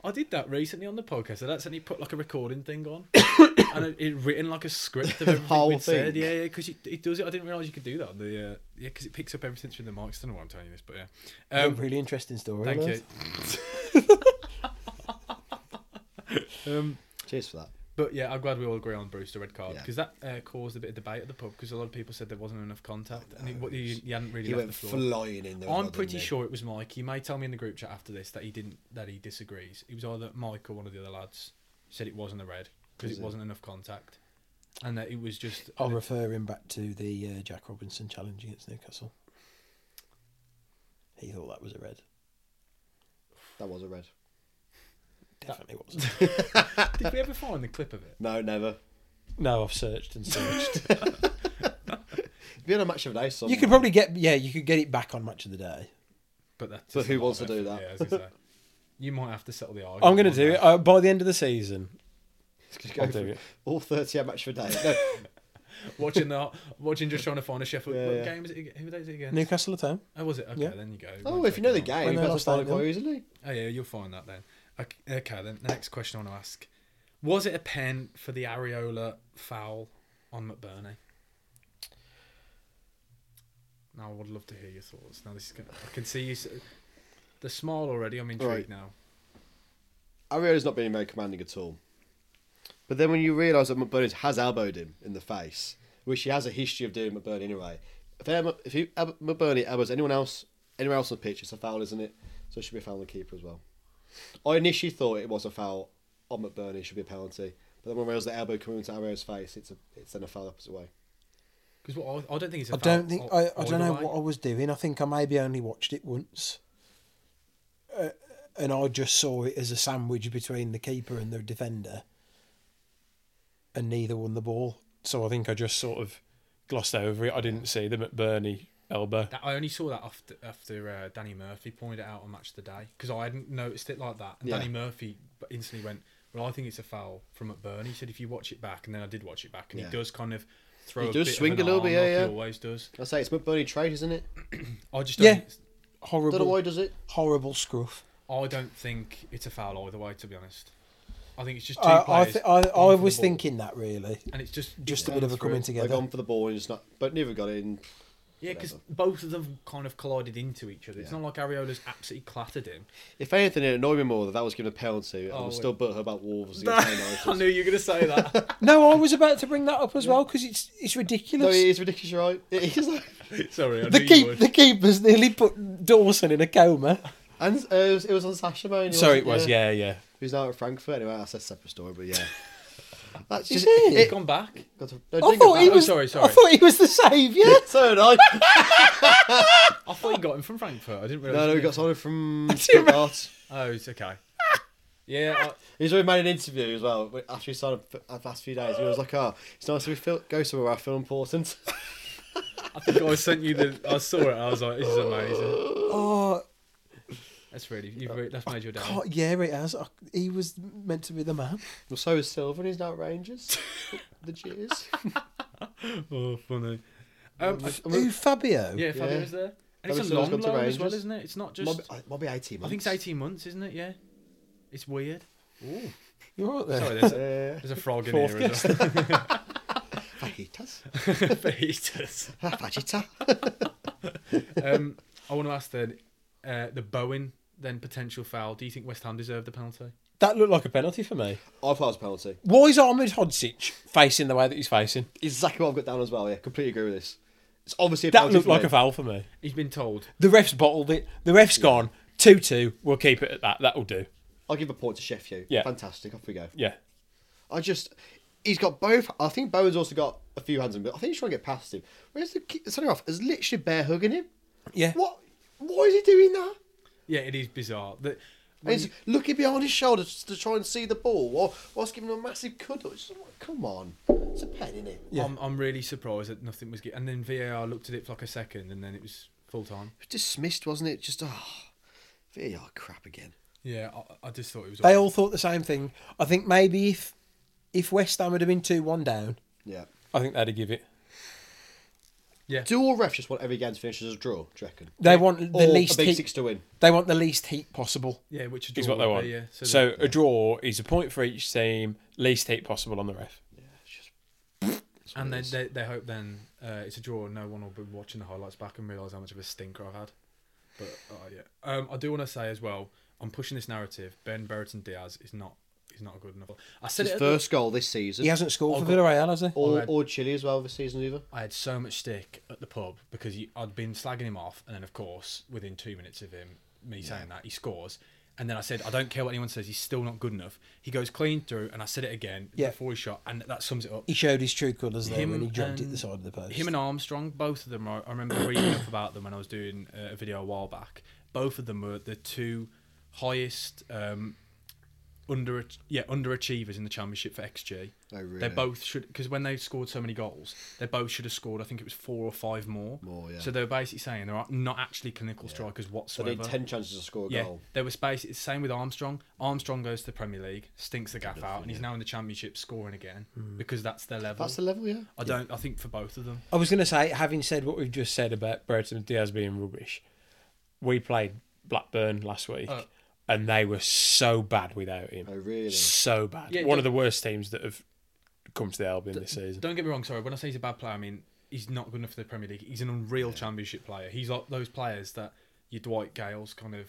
I did that recently on the podcast. I accidentally put like a recording thing on, and it, it written like a script of everything Whole we'd said. thing. Yeah, yeah, because it, it does it. I didn't realize you could do that. On the uh, yeah, because it picks up everything through the mics. I don't know why I'm telling you this, but yeah. Um, really interesting story. thank lads. Um, you. um, Cheers for that. But yeah, I'm glad we all agree on Brewster red card Yeah. because that uh, caused a bit of debate at the pub because a lot of people said there wasn't enough contact and he, what, he, he hadn't really He left went the floor. flying in there. as well, I'm didn't pretty he? sure it was Mike. He may tell me in the group chat after this that he didn't that he disagrees. It was either Mike or one of the other lads said it wasn't a red because Was it it? wasn't enough contact and that it was just oh, I'll refer him back to the uh, Jack Robinson challenge against Newcastle. He thought that was a red. that was a red. Definitely was. did we ever find the clip of it? No, never. No, I've searched and searched. It'd Be on a match of the day. You somewhere. could probably get yeah, you could get it back on Match of the Day. But that's But just a who lot wants of to do effort, that? Yeah, I was gonna say. you might have to settle the argument. I'm going to on do that. it uh, by the end of the season. Just I'll go do for it. all thirty at match of the day. No, Watching the watching, just trying to find a Sheffield Yeah, what yeah. game. Is it, who was it against? Newcastle at home. Oh, was it? Okay, Yeah. then you go. oh, One if you know the second, Mike. game, you know better last start it night, quite yeah. easily. Oh yeah, you'll find that then. Okay, okay, then the next question I want to ask: Was it a pen for the Areola foul on McBurney? Now I would love to hear your thoughts. Now this is gonna, I can see you. s- The smile already. I'm intrigued Right. now. Ariola's not being very commanding at all. But then when you realise that McBurney has elbowed him in the face, which he has a history of doing McBurney anyway, if, Emma- if he, Ab- McBurney elbows anyone else, anywhere else on the pitch, it's a foul, isn't it? So it should be a foul on the keeper as well. I initially thought it was a foul on McBurney, it should be a penalty. But then when I realised the elbow coming into Ariola's face, it's a, it's then a foul opposite way. Because what I, I don't think it's. A I foul don't think o- I, I either don't know way. what I was doing. I think I maybe only watched it once, uh, and I just saw it as a sandwich between the keeper and the defender, and neither won the ball. So I think I just sort of glossed over it. I didn't see the McBurney elbow. That, I only saw that after after uh, Danny Murphy pointed it out on Match of the Day because I hadn't noticed it like that. And Yeah. Danny Murphy b- instantly went, "Well, I think it's a foul from McBurney." He said, "If you watch it back," and then I did watch it back, and Yeah. he does kind of throw. He a does bit swing of an a little bit, arm yeah, like yeah. He always does. I say it's McBurney trade, isn't it? I just Yeah. don't, Don't know Horrible, why he does it. horrible scruff. I don't think it's a foul either way. To be honest, I think it's just two I I, players. th- I, going I for the was ball, thinking that really, and it's just just it's a bit of gone a coming through. They're together. gone for the ball and it's not, but neither got it in. Yeah, because both of them kind of collided into each other. It's Yeah. not like Ariola's absolutely clattered him. If anything, it annoyed me more that that was given a penalty. I Oh, was wait. still butt about Wolves. against United. I knew you were going to say that. No, I was about to bring that up as well 'cause well because it's it's No, ridiculous. it is ridiculous, you're right? It is. Sorry, I the knew you keep would. the keeper's nearly put Dawson in a coma. And uh, it was on Sasha Mone. So it was, yeah, yeah. Who who's now at Frankfurt. Anyway, that's a separate story, but yeah. That's Is just he? it. Gone back. Got to, no, I Dingle thought he Bell. was. sorry, I sorry. thought he was the saviour. So did I. I thought you got him from Frankfurt. I didn't realise. no, no, you we did. got Ah! someone from Stuttgart. Oh, it's okay. Yeah, I, He's already made an interview as well. but After he signed up for the last few days, he was like, "Oh, it's nice that we feel, go somewhere where I feel important." I think I sent you the. I saw it. and I was like, this is amazing. Oh, That's really. You've re- that's made your day. God, yeah, it has. I- He was meant to be the man. well, so is Silver, and he's now at Rangers. the cheers. Oh, funny. Um, I- Who, Fabio? yeah, Fabio's there. And it's a Fabio's long gone to loan as well, Rangers. isn't it? It's not just. Mobby, Mobby, eighteen. I think it's uh, months. 18 months, isn't it? Yeah. It's weird. Ooh. You're right there. Sorry, there's a, Uh, there's a frog in Fourth here as well. fajitas, Fajitas. fajita. um, I want to ask then uh, the Bowen then potential foul. Do you think West Ham deserved the penalty? That looked like a penalty for me. I thought it was a penalty. Why is Ahmed Hodzic facing the way that he's facing? Exactly what I've got down as well. Yeah, completely agree with this. It's obviously a That penalty looked for like me. a foul for me. He's been told. The ref's bottled it. The ref's gone. 2 2. We'll keep it at that. That'll do. I'll give a point to Sheffield. Yeah. fantastic. Off we go. Yeah. I just, he's got both. I think Bowen's also got a few hands in, but I think he's trying to get past him. Where's the ki- centre off? Is literally bare hugging him. Yeah. What? Why is he doing that? Yeah, it is bizarre. That And He's looking behind his shoulder just to try and see the ball, or whilst giving him a massive cuddle. It's just like, come on, it's a pen in it. I'm, I'm really surprised that nothing was. Get- and then VAR looked at it for like a second, and then it was full time. It was dismissed, wasn't it? Just oh, VAR crap again. Yeah, I, I just thought it was. They all thought the same thing. I think maybe if if West Ham had been two one down, Yeah. I think that'd give it. Do all refs just want every game to finish as a draw? Do you reckon? they want the or least a big heat. six to win. They want the least heat possible. Yeah, which is Is what they want. Be, yeah. so the- a draw is a point for each team, least hit possible on the ref. That's what and it then is. they, they hope then uh, it's a draw. and No one will be watching the highlights back and realise how much of a stinker I've had. But uh, yeah, um, I do want to say as well, I'm pushing this narrative. Ben Brereton Diaz is not is not good enough. I said his it. at first goal this season. He hasn't scored I've for Villarreal, has he? Or, Alright. or Chile as well this season either. the, I had so much stick at the pub because he, I'd been slagging him off, and then of course within two minutes of him me saying that he scores. And then I said, I don't care what anyone says, he's still not good enough. He goes clean through, and I said it again Yeah. before he shot, and that sums it up. He showed his true colours there when he jumped it and- the side of the post. Him and Armstrong, both of them. Are, I remember reading up about them when I was doing uh, a video a while back. Both of them were the two highest um, under yeah underachievers in the championship for XG. Oh, really? They both should because when they scored so many goals, they both should have scored. I think it was four or five more. More, yeah. So they were basically saying they're not actually clinical strikers So whatsoever. they need ten chances to score a Yeah, goal. there was space. It's the same with Armstrong. Armstrong goes to the Premier League, stinks the gaff out, and he's now in the Championship scoring again because that's their level. That's the level, yeah. I don't. I think for both of them. I was going to say, having said what we've just said about Brereton and Diaz being rubbish, we played Blackburn last week Oh. and they were so bad without him. Oh really? So bad. Yeah, One don't- of the worst teams that have come to the Albion this season. Don't get me wrong, sorry. When I say he's a bad player, I mean he's not good enough for the Premier League. He's an unreal Championship player. He's like those players that your Dwight Gales kind of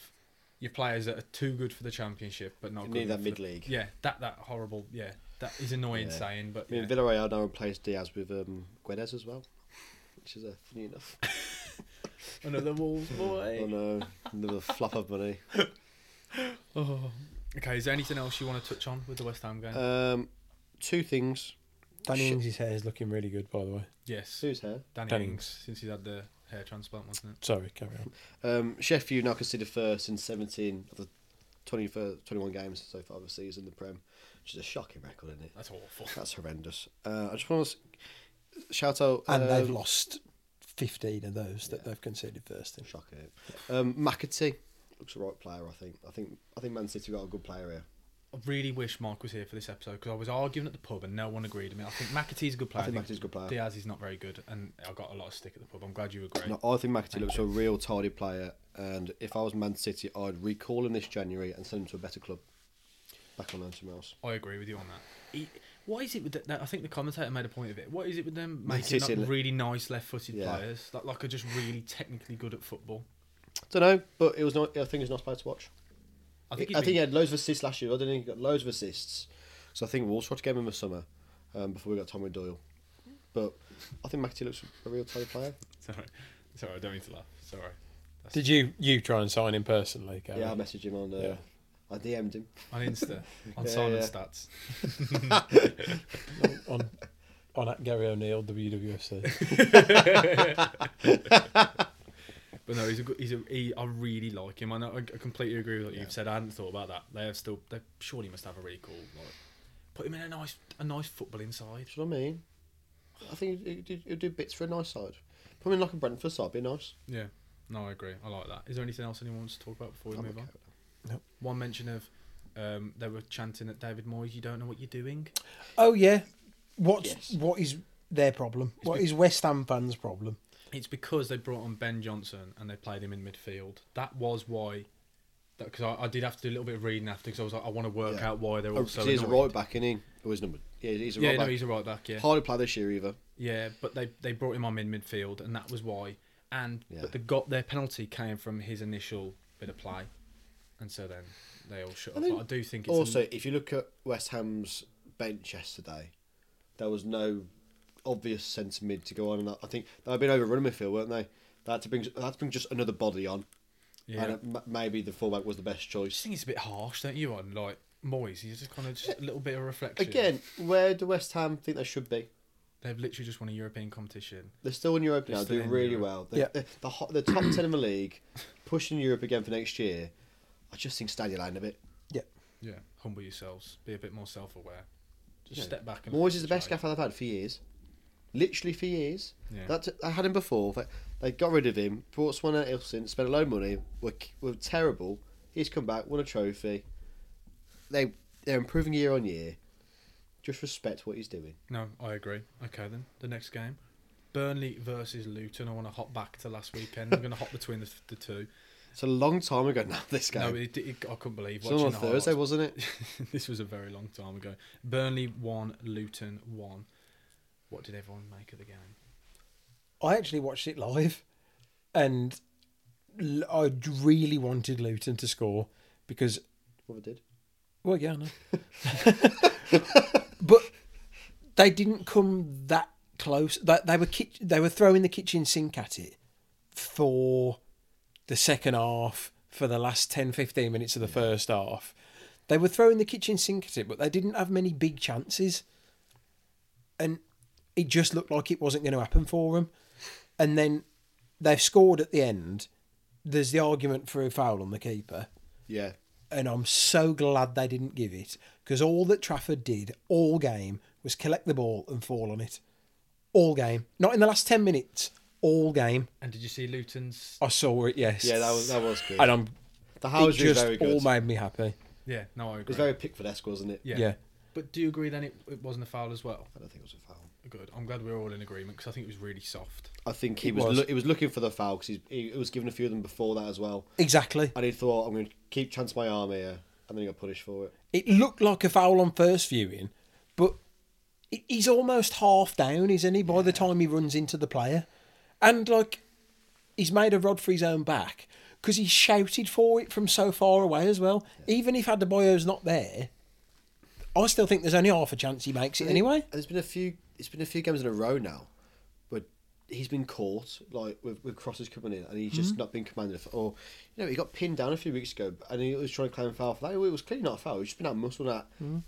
your players that are too good for the Championship, but not You good need enough that for the- mid-league. Oh, Yeah, that that horrible. Yeah, that is annoying Yeah. saying, but I mean, yeah. Villarreal now replaced Diaz with um, Guedes as well, which is uh, funny enough. another Wolves oh boy. no, another flop of money. Oh. Okay, is there anything else you want to touch on with the West Ham game? Um, two things. Danny Ings' hair is looking really good, by the way. yes, Sue's hair. Danny Danny Ings, since he's had the hair transplant, wasn't Sorry, carry on. Um, Sheffield now considered first in 17 of the 20, 21 games so far this season in the Prem, which is a shocking record, isn't it? it? That's awful. That's horrendous. Uh, I just want to shout out. And uh, Um, they've lost fifteen of those that they've conceded first. In. Shocking. Um, McAtee looks a right player. I think. I think. I think Man City got a good player here. I really wish Mark was here for this episode because I was arguing at the pub and no one agreed with me. I think McAtee's a good player. I think McAtee's a good player. Diaz is not very good, and I got a lot of stick at the pub. I'm glad you agree. No, I think McAtee looks a real tidy player, and if I was Man City, I'd recall him this January and send him to a better club. Back on loan somewhere else. I agree with you on that. He, what is it with that? that- I think the commentator made a point of it. What is it with them Like making sitting- like, really nice left-footed Yeah. players that like are just really technically good at football? Don't know, but it was not. I think it's a nice player to watch. I I think. think, he's been- he had loads of assists last year. I don't think he got loads of assists. So I think Wolves tried to get him in the summer um, before we got Tommy Doyle. But I think McAtee looks a real tidy player. Sorry, sorry, I don't mean to laugh. Sorry. Did you you try and sign him personally, Gary? Yeah, I messaged him on uh, Yeah. I DM'd him. on Insta, on Yeah, Silent yeah. Stats. on on at Gary O'Neill WWFC. But no, he's a good, he's a, he, I really like him. I know I, I completely agree with what you've said. I hadn't thought about that. They have still they surely must have a really cool like put him in a nice a nice football inside. Do you know what I mean? I think he'll do, he'll do bits for a nice side. Put him in like a Brentford side, be nice. Yeah. No, I agree. I like that. Is there anything else anyone wants to talk about before we I'm move okay on? with One mention of um, they were chanting at David Moyes, you don't know what you're doing. Oh yeah, what's Yes. what is their problem? What is West Ham fans' problem? It's because they brought on Ben Johnson and they played him in midfield. That was why. Because I, I did have to do a little bit of reading after because I was like, I want to work Yeah. out why they're Oh, all so. 'cause he's a annoyed. right back, isn't he? Oh, he's number. Yeah, he's a Yeah, right no, back. he's a right back. Yeah, Hardly played this year either. yeah, but they they brought him on in midfield, and that was why. And Yeah. but the got their penalty came from his initial bit of play, and so then they all shut I up. think But I do think it's Also, if you look at West Ham's bench yesterday, there was no obvious centre mid to go on, and I- I think they've been overrun in midfield, weren't they? They had to bring, they had to bring just another body on, yeah. and it, m- maybe the fullback was the best I choice. think it's a bit harsh, don't you? On like Moyes, he's just kind of just a little bit of reflection. Again, where do West Ham think they should be? they've literally just won a European competition. They're still in Europe They're now, still doing in really Europe. well. They, Yeah. they're, the hot, the top ten in the league, pushing Europe again for next year. I just think Stadio Line a bit. Yeah, humble yourselves, be a bit more self-aware, just Yeah. step back. and look Moyes at is the best trade. gaffer they've had for years. Literally for years. Yeah. That's, I had him before. But they got rid of him, brought someone else in, spent a load of money, were, were terrible. He's come back, won a trophy. They, they're improving year on year. Just respect what he's doing. No, I agree. Okay, then the next game, Burnley versus Luton. I want to hop back to last weekend. I'm going to hop between the, the two. It's a long time ago now, this game. No, it, it, I couldn't believe it was watching on the a Thursday, highlights. wasn't it? this was a very long time ago. Burnley one, Luton one. What did everyone make of the game? I actually watched it live, and l- I d- really wanted Luton to score because What it did. well, yeah, I know, but they didn't come that close. That they were kitch- they were throwing the kitchen sink at it for the second half, for the last 10, 15 minutes of the first half. They were throwing the kitchen sink at it, but they didn't have many big chances. And it just looked like it wasn't going to happen for them. And then they've scored at the end. There's the argument for a foul on the keeper. Yeah. And I'm so glad they didn't give it because all that Trafford did all game was collect the ball and fall on it. All game. Not in the last 10 minutes. All game. And did you see Luton's? I saw it, yes. Yeah, that was, that was good. And I'm The it Howes was just very good. all made me happy. Yeah, no, I It agree. was very Pickford-esque, wasn't it? yeah. yeah. But do you agree then it, it wasn't a foul as well? I don't think it was a foul. Good. I'm glad we're all in agreement because I think it was really soft. I think he It was, was. loo- he was looking for the foul because he, he was given a few of them before that as well. Exactly. And he thought, I'm going to keep chance my arm here. And then he got punished for it. It looked like a foul on first viewing, but he- he's almost half down, isn't he, by the time he runs into the player? And, like, he's made a rod for his own back because he shouted for it from so far away as well. Even if Adebayo's not there, I still think there's only half a chance he makes it anyway. And there's been a few. It's been a few games in a row now, but he's been caught like with, with crosses coming in, and he's Mm-hmm. just not been commanded. For, or you know, he got pinned down a few weeks ago, and he was trying to claim foul for that. It was clearly not a foul. He's just been out muscled out.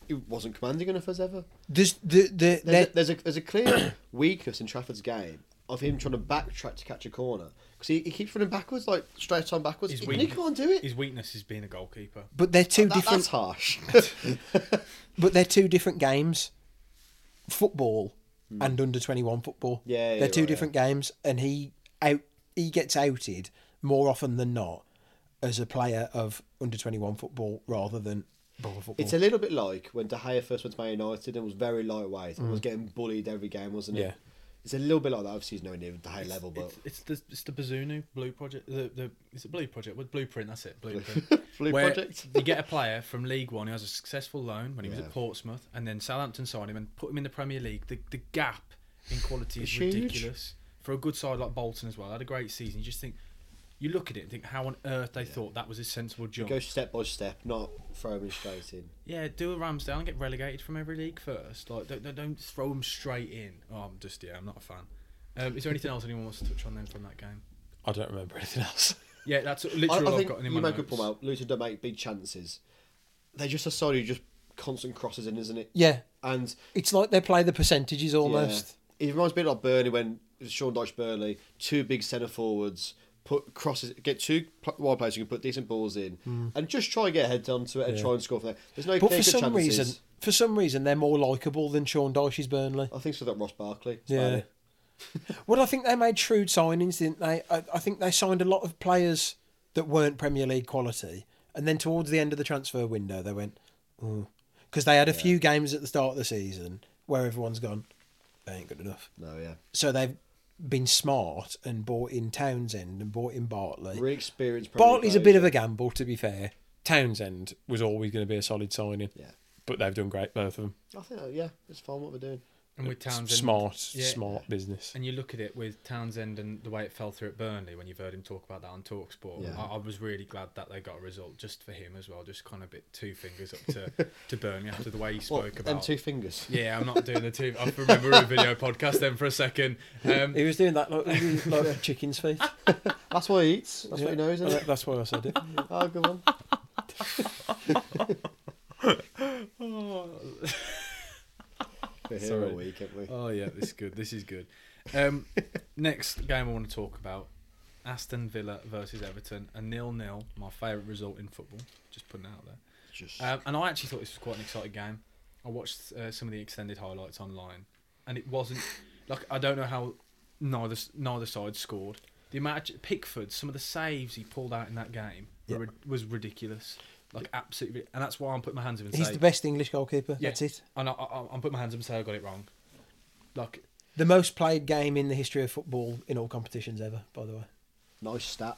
He wasn't commanding enough as ever. There's the, the, There's Mm. there a, there's a there's a clear weakness in Trafford's game of him trying to backtrack to catch a corner because he, he keeps running backwards like straight on backwards. His He, weak- he can't do it. His weakness is being a goalkeeper. but they're two That- different. That's harsh. But they're two different games. Football and under twenty one football. Hmm. Yeah, yeah, They're two right, different games and he out he gets outed more often than not as a player of under twenty one football rather than proper football. It's a little bit like when De Gea first went to Man United and was very lightweight and was getting bullied every game, wasn't it? Yeah. It's a little bit like that. Obviously, he's nowhere near the high level, but It's, it's the it's the Bazunu Blue Project. The the it's a Blue Project. What Blueprint? That's it. Blueprint. Blue Where Project. you get a player from League One who has a successful loan when he was Yeah. at Portsmouth, and then Southampton signed him and put him in the Premier League. The the gap in quality is It's huge. ridiculous for a good side like Bolton as well. Had a great season. You just think you look at it and think how on earth they thought that was a sensible jump. go step by step, not throw him straight in. Yeah, do a Ramsdale and get relegated from every league first. Like, don't, don't- don't throw them straight in. Oh, I'm just yeah, I'm not a fan. Um, is there anything else anyone wants to touch on then from that game? I don't remember anything else. Yeah, that's I, literally I all I've think got in you my make a notes. point out. Luton don't make big chances, they're just a side who just constant crosses in, isn't it? Yeah, And it's like they play the percentages almost. Yeah. It reminds me a lot of Burnley when Sean Dyche Burnley, two big centre forwards, put crosses, get two pl- wide players who can put decent balls in, and just try and get a head onto it and try and score from there. There's no But clear for cut some chances. reason, for some reason, they're more likable than Sean Dyche's Burnley. I think so that Ross Barkley. Yeah. well, I think they made shrewd signings, didn't they? I, I think they signed a lot of players that weren't Premier League quality, and then towards the end of the transfer window, they went because they had a few games at the start of the season where everyone's gone, they ain't good enough. No, yeah. So they've been smart and bought in Townsend and bought in Bartley. Really experienced. Premier Bartley's a players, bit of yeah. a gamble, to be fair. Townsend was always going to be a solid signing. Yeah. But they've done great, both of them. I think, uh, yeah, it's fine what we're doing. And with Townsend, smart, yeah. smart business. And you look at it with Townsend and the way it fell through at Burnley when you've heard him talk about that on Talksport. Yeah. I, I was really glad that they got a result just for him as well. Just kind of bit two fingers up to, to Burnley after the way he spoke Well, about. them two fingers. Yeah, I'm not doing the two. I remember a video podcast then for a second. Um, He was doing that like, like chicken's feet. That's why he eats. That's what he knows, isn't it? That's why I said it. Oh, good one. oh, We're here Sorry. all week, haven't we? Oh yeah, this is good. This is good. Um, next game I want to talk about: Aston Villa versus Everton, a nil-nil. My favourite result in football. Just putting it out there. Just Um, and I actually thought this was quite an exciting game. I watched uh, some of the extended highlights online, and it wasn't like I don't know how neither s- neither side scored. The amount of, Pickford, some of the saves he pulled out in that game were, rid- was ridiculous. Like absolutely, and that's why I'm putting my hands up and He's say, the best English goalkeeper. Yeah. That's it. and I, I, I'm putting my hands up and say I got it wrong. Like The most played game in the history of football in all competitions ever, by the way. nice stat.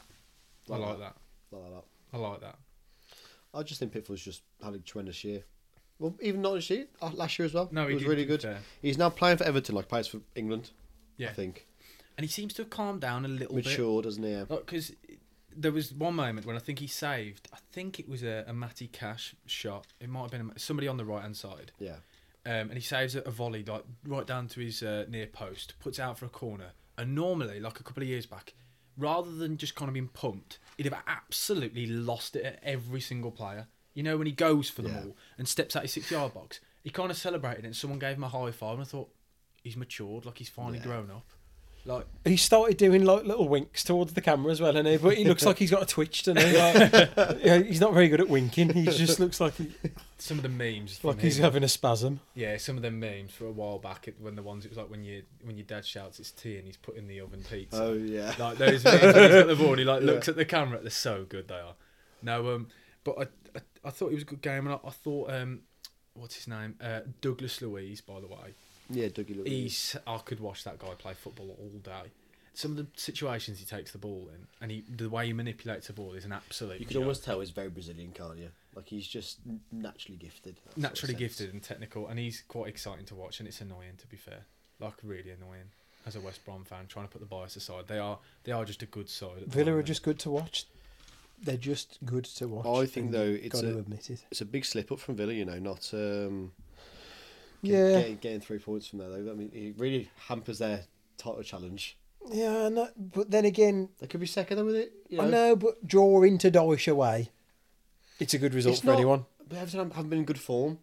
I like that. Like that. I like that. I just think Pickford's just had a tremendous year. Well, even not this year, uh, last year as well. No, it he was did, really to be good. fair. He's now playing for Everton, like plays for England. Yeah. I think And he seems to have calmed down a little matured, doesn't he? Yeah. bit. Because Oh, there was one moment when I think he saved, I think it was a, a Matty Cash shot. It might have been a, somebody on the right hand side. yeah. Um, and he saves a, a volley like right down to his uh, near post, puts it out for a corner. And normally, like a couple of years back, rather than just kind of being pumped, he'd have absolutely lost it at every single player. You know, when he goes for them Yeah. all and steps out his six yard box, he kind of celebrated it. And someone gave him a high five, and I thought, he's matured, like he's finally grown up. Like, He started doing like little winks towards the camera as well, and he but he looks like he's got a twitch, doesn't he? Like, yeah, he's not very good at winking. He just looks like he, some of the memes from like he's uh, him- having a spasm. yeah some of the memes for a while back it- when the ones it was like when your when your dad shouts it's tea and he's putting the oven pizza Oh yeah. like those memes when he's got the ball and he like looks at the camera they're so good they are no um but I I, I thought it was a good game and I, I thought um what's his name uh Douglas Louise by the way Yeah, Dougie looked. really- he's I could watch that guy play football all day some of the situations he takes the ball in and he the way he manipulates the ball is an absolute You can joke. almost tell he's very Brazilian, can't you? Like he's just n- naturally gifted. in that sort of naturally sense. gifted and technical, and he's quite exciting to watch. And it's annoying, to be fair, like really annoying as a West Brom fan trying to put the bias aside. They are they are just a good side. at the Villa are moment. just good to watch. They're just good to watch. I think, and though, you've it's got to a- admit it. It's a big slip up from Villa, you know. Not um, get- Yeah. getting, getting three points from there though. I mean, it really hampers their title challenge. Yeah, I know, but then again, They could be second though with it. You know, I know, but draw into Deutsch away. It's a good result It's for not- anyone. But Everton haven't been in good form.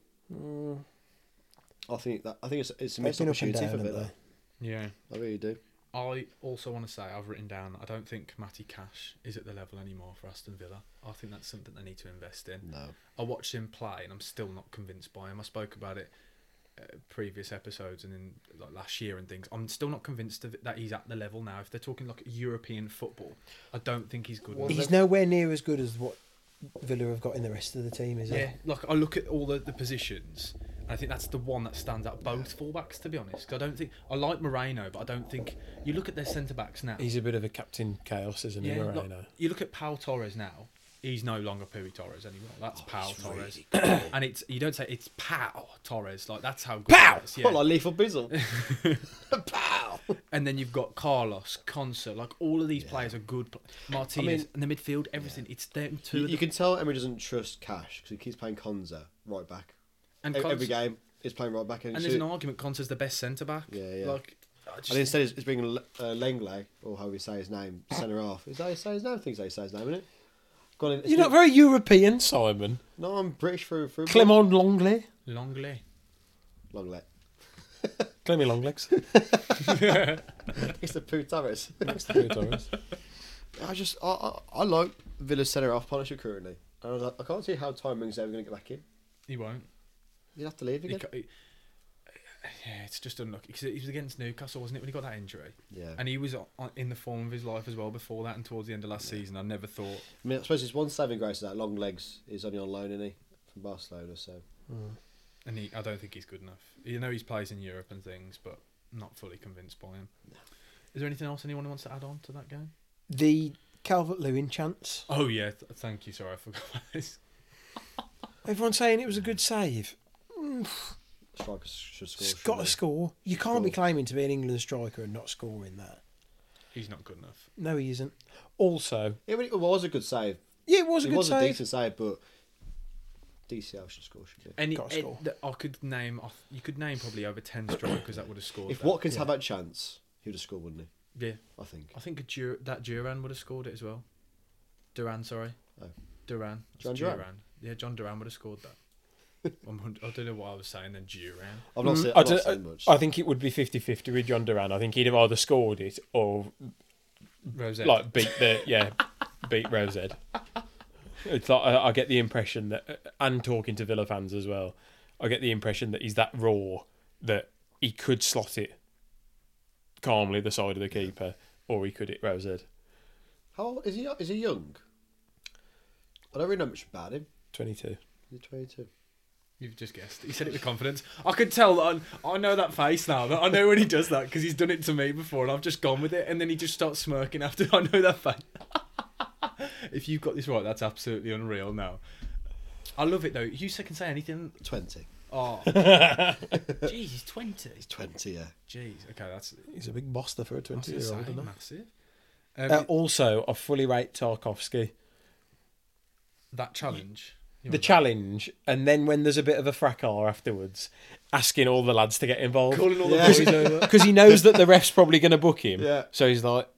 I think that I think it's it's a They've missed been up and opportunity down, for haven't Villa. they? yeah. I really do. I also want to say I've written down. that I don't think Matty Cash is at the level anymore for Aston Villa. I think that's something they need to invest in. No. I watched him play, and I'm still not convinced by him. I spoke about it uh, previous episodes and in like last year and things. I'm still not convinced of it, that he's at the level now. If they're talking like European football, I don't think he's good. Well, enough. He's nowhere near as good as what Villa have got in the rest of the team, is Yeah, he? like I look at all the, the positions, and I think that's the one that stands out. Both fullbacks, to be honest. I don't think I like Moreno, but I don't think you look at their centre backs now. He's a bit of a captain chaos, isn't he, yeah, like, Moreno? you look at Paul Torres now. He's no longer Pui Torres anymore. Oh, That's Paul Torres, and it's you don't say it's Pau Torres. Like that's how good Pau. What like Lethal Bizzle? And then you've got Carlos, Conser, like all of these players are good. pl- Martinez mean- and the midfield, everything. It's them two. you, of you the- can tell Emery doesn't trust Cash because he keeps playing Konza right back. and, E- Conser- Every game he's playing right back, and, and so- there's an argument. Conser's the best centre back. Yeah, yeah. Like, I just, and instead he's, he's bringing Le- uh, Lenglet or how we say his name, centre half. Is that how you say his name? I think they say his name, isn't it? Go on, in- You're not very European, Simon. No, I'm British through and through. Clement Longley. Longley. Long leg. Clemmy Longlegs. It's the Pooh Tavares. That's the good Torres. I just I, I, I like Villa's centre half partnership currently, and I was like, I can't see how Timing's ever going to get back in. He won't. He'd have to leave He again. ca- he- yeah, it's just unlucky because he was against Newcastle, wasn't it, when he got that injury? Yeah. And he was on, in the form of his life as well before that and towards the end of last season. I never thought. I mean, I suppose it's one saving grace that long legs is only on loan, isn't he, from Barcelona? So And he, I don't think he's good enough. You know, he's plays in Europe and things, but not fully convinced by him. Is there anything else anyone wants to add on to that game? The Calvert Lewin chance. Oh, yeah. Th- thank you. Sorry, I forgot about this. Everyone's saying it was a good save. strikers should score. It's shouldn't got they? to score. You can't be Score. claiming to be an England striker and not scoring that. He's not good enough. No, he isn't. Also, Yeah, but it was a good save. Yeah, it was a It good was save. a decent save, but DCL should score. Should be. Any, Gotta eh, score. th- I could name off. You could name probably over ten strikers that would have scored. If that. Watkins had that chance, he'd have scored, wouldn't he? yeah, I think. I think a Dur- that Duran would have scored it as well. Duran, sorry. Oh. Duran. It's John Duran? Yeah, John Duran would have scored that. I'm hun- I don't know why I was saying then Duran. I've Mm, not seen, I, I've not don't- seen much. I think it would be 50 50 with John Duran. I think he'd have either scored it or Rosette. like beat the yeah beat Rose Ed. It's like I, I get the impression that uh, and talking to Villa fans as well, I get the impression that he's that raw that he could slot it calmly the side of the keeper or he could hit Rose Ed. How old is he? Is he young? I don't really know much about him. Twenty two. He's twenty-two. You've just guessed. He said it with confidence. I could tell. that I, I know that face now. That I know when he does that because he's done it to me before, and I've just gone with it. And then he just starts smirking after. I know that face. if you've got this right, that's absolutely unreal. Now, I love it though. You say- can say anything. Twenty. Oh, jeez, he's twenty. Twenty. Yeah. Jeez. Okay, that's He's a big boster for a I was 20 gonna year say, old, isn't he? massive. Um, Uh, also, I fully rate Tarkovsky. that challenge. You The know, challenge, and then when there's a bit of a fracas afterwards, asking all the lads to get involved. Calling all the Yeah. boys over. because he knows that the ref's probably going to book him. Yeah. So he's like,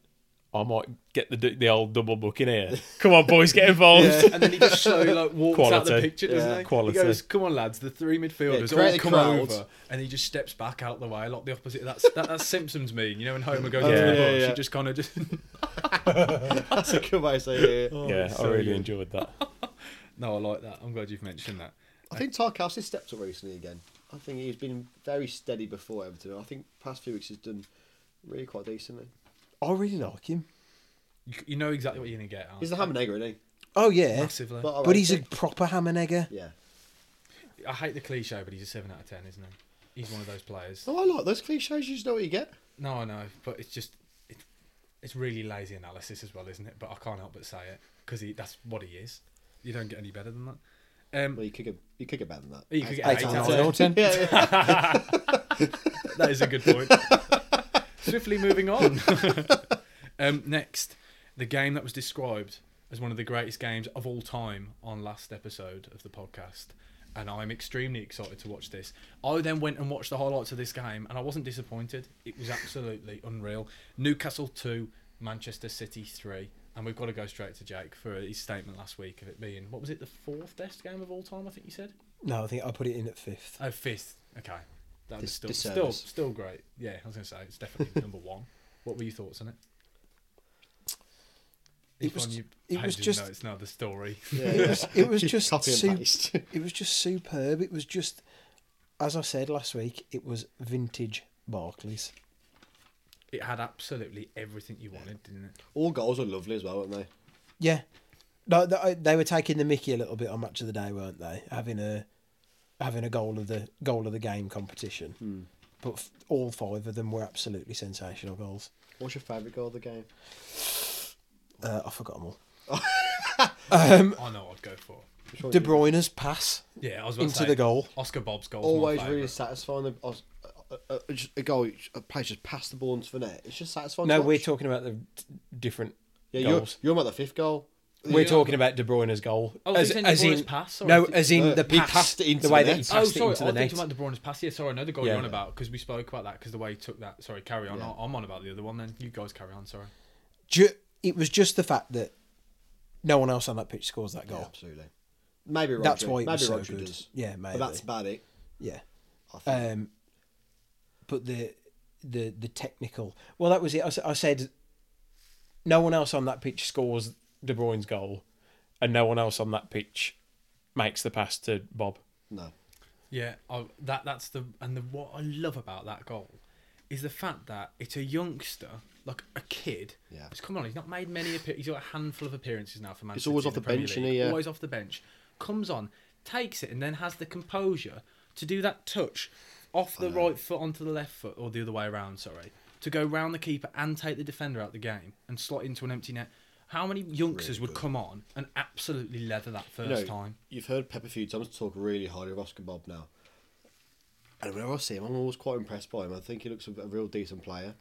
I might get the d- the old double book in here. Come on, boys, get involved. and then he just slowly like walks out the Quality. picture, doesn't Yeah. he? Quality. He goes, "Come on, lads, the three midfielders Yeah, create all the come crowd." over," and he just steps back out the way, like the opposite. That's that, that's Simpsons mean, you know, when Homer goes Yeah. into the Oh, Yeah, bush, yeah. he just kind of just. That's a good way to say it. yeah. yeah, I so really good. enjoyed that. no, I like that. I'm glad you've mentioned that. I think Tarkowski stepped up recently again. I think he's been very steady before Everton. I think past few weeks he's done really quite decently. I really like him. You, you know exactly what you're gonna get. aren't He's the you? ham and egg, isn't he? Oh yeah, Massively. But I but rate he's a it. proper hammer negger. yeah. I hate the cliche, but he's a seven out of ten, isn't he? He's one of those players. Oh, I like those cliches. You just know what you get. No, I know, but it's just it, it's really lazy analysis as well, isn't it? But I can't help but say it because that's what he is. You don't get any better than that. Um, Well, you could get you could get better than that. you could get Eight eight out out of of ten. ten. yeah, yeah. That is a good point. Swiftly moving on. um, next, the game that was described as one of the greatest games of all time on last episode of the podcast. And I'm extremely excited to watch this. I then went and watched the highlights of this game, and I wasn't disappointed. It was absolutely unreal. Newcastle 2, Manchester City 3. And we've got to go straight to Jake for his statement last week of it being, what was it, the fourth best game of all time, I think you said? No, I think I put it in at fifth. Oh, fifth. Okay, that was Dis- still still disservice. still great. Yeah, I was gonna say it's definitely number one. What were your thoughts on it? It Each was- one you it was pages just- notes now the story. It was it was You just copy and su- paste. it was just superb. It was just as I said last week. It was vintage Barclays. It had absolutely everything you wanted, didn't it? All goals were lovely as well, weren't they? Yeah, no, th- they were taking the Mickey a little bit on match of the day, weren't they? Having a having a goal of the goal of the game competition. Hmm. But f- all five of them were absolutely sensational goals. What's your favourite goal of the game? Uh, I forgot them all. I know I'd go for. Which one De you- Bruyne's pass Yeah, I was about into to say, the goal. Oscar Bob's goal. Always really Oh, satisfying. The, uh, uh, uh, just a goal, a player just pass the ball into the net. It's just satisfying. No, to we're watch. talking about the t- different Yeah, you're, goals. you're about the fifth goal. We're talking about De Bruyne's goal. Oh, I think De Bruyne's pass, or I no, think- as in No, the he pass, passed it into the way the that he net. Oh, passed sorry, it into the I net. think about De Bruyne's pass. Yeah, sorry, I know the goal Yeah. you're on about because we spoke about that because the way he took that. Sorry, carry on. Yeah. I- I'm on about the other one. Then you guys carry on. Sorry. Ju- it was just the fact that No one else on that pitch scores that Yeah, goal. absolutely. Maybe Rodri. That's why it maybe was so Rodri good. does. Yeah, But maybe. that's about it. yeah. I think. Um, but the the the technical. Well, that was it. I, s- I said no one else on that pitch scores De Bruyne's goal, and no one else on that pitch makes the pass to Bob. no. Yeah, I, that that's the and the what I love about that goal is the fact that it's a youngster, like a kid. Yeah. It's- come on, he's not made many. appear- He's got a handful of appearances now for Man He's City always in off the Premier bench, isn't League. he? Yeah. Always off the bench, comes on, takes it, and then has the composure to do that touch off the right foot onto the left foot, or the other way around. Sorry, to go round the keeper and take the defender out the game and slot into an empty net. How many youngsters would come on and absolutely leather that first You know, time? You've heard Pep a few times talk really highly of Oscar Bob now. And whenever I see him, I'm always quite impressed by him. I think he looks a, a real decent player.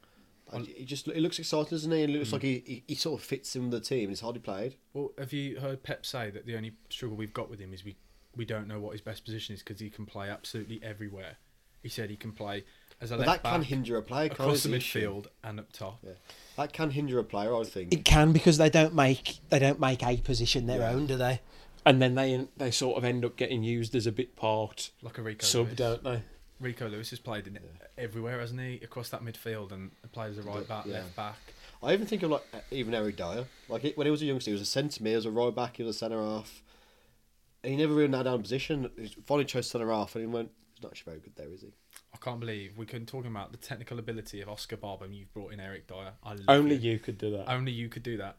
And he just he looks exciting, doesn't he? It looks like he, he, he sort of fits in with the team. He's hardly played. Well, have you heard Pep say that the only struggle we've got with him is we we don't know what his best position is because he can play absolutely everywhere. He said he can play as a But left that can back, hinder a player, can't across it? the midfield, and up top. Yeah. That can hinder a player, I think. it can because they don't make they don't make a position their Yeah. own, do they? And then they they sort of end up getting used as a bit part Like a Rico sub, Lewis. don't they? Rico Lewis has played in everywhere, hasn't he? Across that midfield and played as a right back, yeah. left back. I even think of like even Eric Dyer. Like he- when he was a youngster, he was a centre-mid, he was a right back, he was a centre half. And he never really nailed down a position. He finally chose centre half, and he went. He's not actually very good there, is he? I can't believe we can talk about the technical ability of Oscar Barber and you've brought in Eric Dyer. I love Only you could do that. Only you could do that.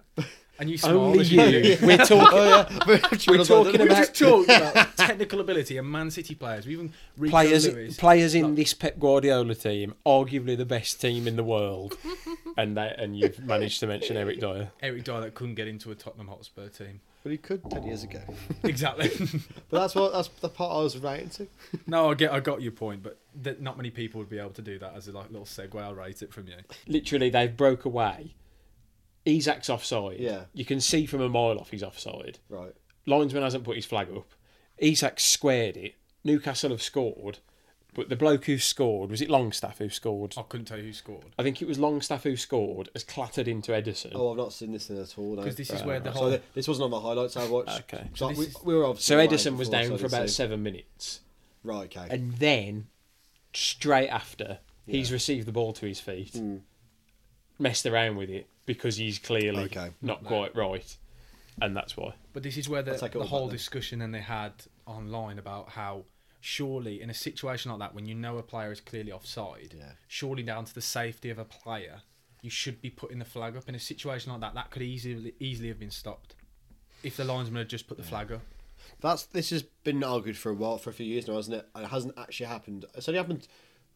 And you smile Only as you. do. you. We're talking. Oh, We're talking We about- just talked about technical ability and Man City players. We even Rico players Lewis. players in this Pep Guardiola team, arguably the best team in the world, and that and you've managed to mention Eric Dyer. Eric Dyer that couldn't get into a Tottenham Hotspur team. But he could ten years ago. Exactly. But that's what that's the part I was relating to. no, I get, I got your point, but that not many people would be able to do that as a like, little segue. I'll rate it from you. Literally, they've broke away. Isaac's offside. Yeah. you can see from a mile off he's offside. Right. Linesman hasn't put his flag up. Isaac's squared it. Newcastle have scored, but the bloke who scored was it Longstaff who scored. I couldn't tell you who scored I think it was Longstaff who scored, has clattered into Edison. Oh, I've not seen this in at all. No. because this is where the So whole. th- this wasn't on my highlights I watched. Uh, Okay. So, this we, is- we were obviously so away Edison was before, down so for about this is- seven minutes. Right. Okay. and then straight after he's received the ball to his feet, messed around with it because he's clearly Okay. not quite right, and that's why. But this is where the, I'll take it the all back whole then. discussion then they had online about how surely in a situation like that when you know a player is clearly offside, Yeah. surely down to the safety of a player, you should be putting the flag up. In a situation like that, that could easily easily have been stopped if the linesman had just put the flag up. That's this has been argued for a while, for a few years now, hasn't it? And it hasn't actually happened. It's only happened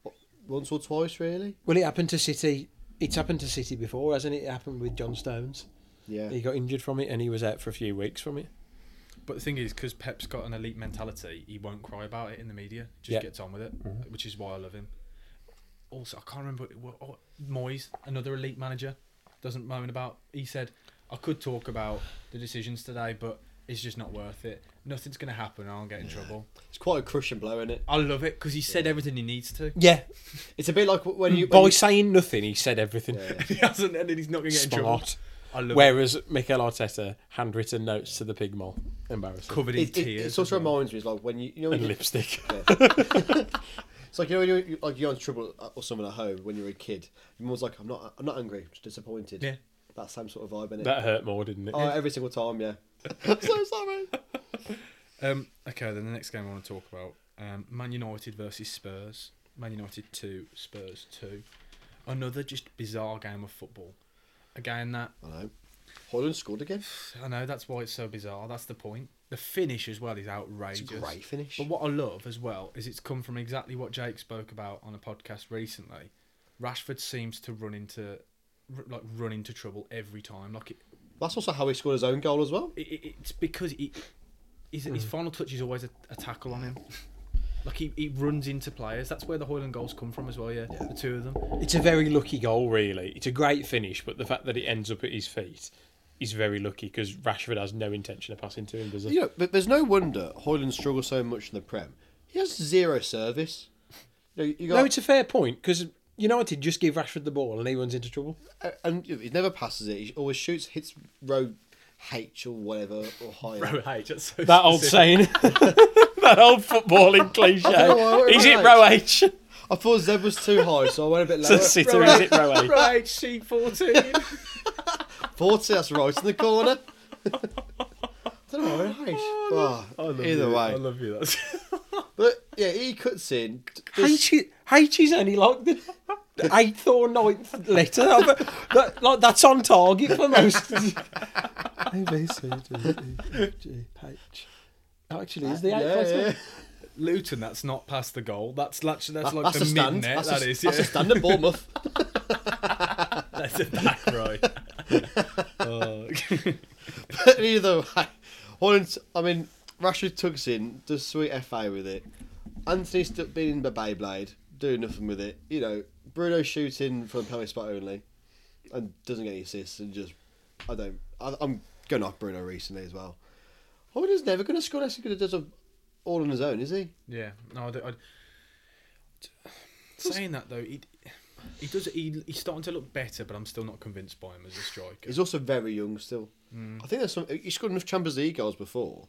what, once or twice, really. Well, it happened to City. It's happened to City before, hasn't it? It happened with John Stones. Yeah. He got injured from it, and he was out for a few weeks from it. But the thing is, because Pep's got an elite mentality, he won't cry about it in the media. Just Yeah. gets on with it, Mm-hmm. which is why I love him. Also, I can't remember what, what Moyes, another elite manager, doesn't moan about. He said, "I could talk about the decisions today, but it's just not worth it. Nothing's going to happen. I'll get in trouble." It's quite a crushing blow, isn't it? I love it because he said everything he needs to. Yeah, It's a bit like Mm, when you. By When you saying nothing, he said everything. yeah, yeah. He hasn't, and he's not going to get in trouble. Smart. I love it. Whereas Mikel Arteta handwritten notes to the pig mole, embarrassing, Covered in It, it, tears. it as sort of well. reminds me, it's like when you you know when and you, lipstick. it's like you know when you like you're in trouble at- or someone at home when you're a kid. Your mum's like, I'm not I'm not angry, I'm just disappointed. Yeah. That same sort of vibe in it. that hurt more, didn't it? Oh, every single time, yeah. I'm so sorry. Um, okay, then the next game I want to talk about um, Man United versus Spurs. Man United 2, Spurs 2. Another just bizarre game of football. Again, that I know. Holland scored again. I know that's why it's so bizarre. That's the point. The finish as well is It's outrageous. a great finish. But what I love as well is it's come from exactly what Jake spoke about on a podcast recently. Rashford seems to run into r- like run into trouble every time. Like it, That's also how he scored his own goal as well. it, it- it's because he, his, his final touch is always a, a tackle on him. Like he, he runs into players. That's where the Hoyland goals come from as well. Yeah, the two of them. It's a very lucky goal, really. It's a great finish, but the fact that it ends up at his feet is very lucky because Rashford has no intention of passing to him, does he? You know, but there's no wonder Hoyland struggles so much in the Prem. He has zero service. You know, you got, No, it's a fair point because United just give Rashford the ball and he runs into trouble. and he never passes it. He always shoots, hits row H or whatever or higher. Row H. That's so That old specific. saying. that old footballing don't know why cliche. I Is it wrote row H? I thought Z was too high, so I went a bit So lower. sitter, is it row H? Row H, sheet 14. 40, that's right in the corner. I don't know, I went H. I Oh, love either you. I way. love you. That's... But yeah, he cuts in. There's- H is, H is only like the the eighth or ninth letter. I've- that- like that's on target for most. A, B, C, D, E, F, G, H. Actually, is the eighth Yeah, letter? yeah. Luton, that's not past the goal. That's that's, that's like That's the a stand. mid net. That's, That a, is, that's yeah. a stand at Bournemouth. That's a back row. Oh. But either way, Holland, I mean, Rashford tugs in, does sweet FA with it. Anthony's still being in the Beyblade, doing nothing with it. You know, Bruno shooting from the penalty spot only, and doesn't get any assists, and just I don't. I, I'm going off Bruno recently as well. Holland is never going to score unless he could have does a, all on his own, is he? Yeah, no, I don't. I, saying that though, he he does he, he's starting to look better, but I'm still not convinced by him as a striker. He's also very young still. I think there's some. He scored enough Champions League goals before.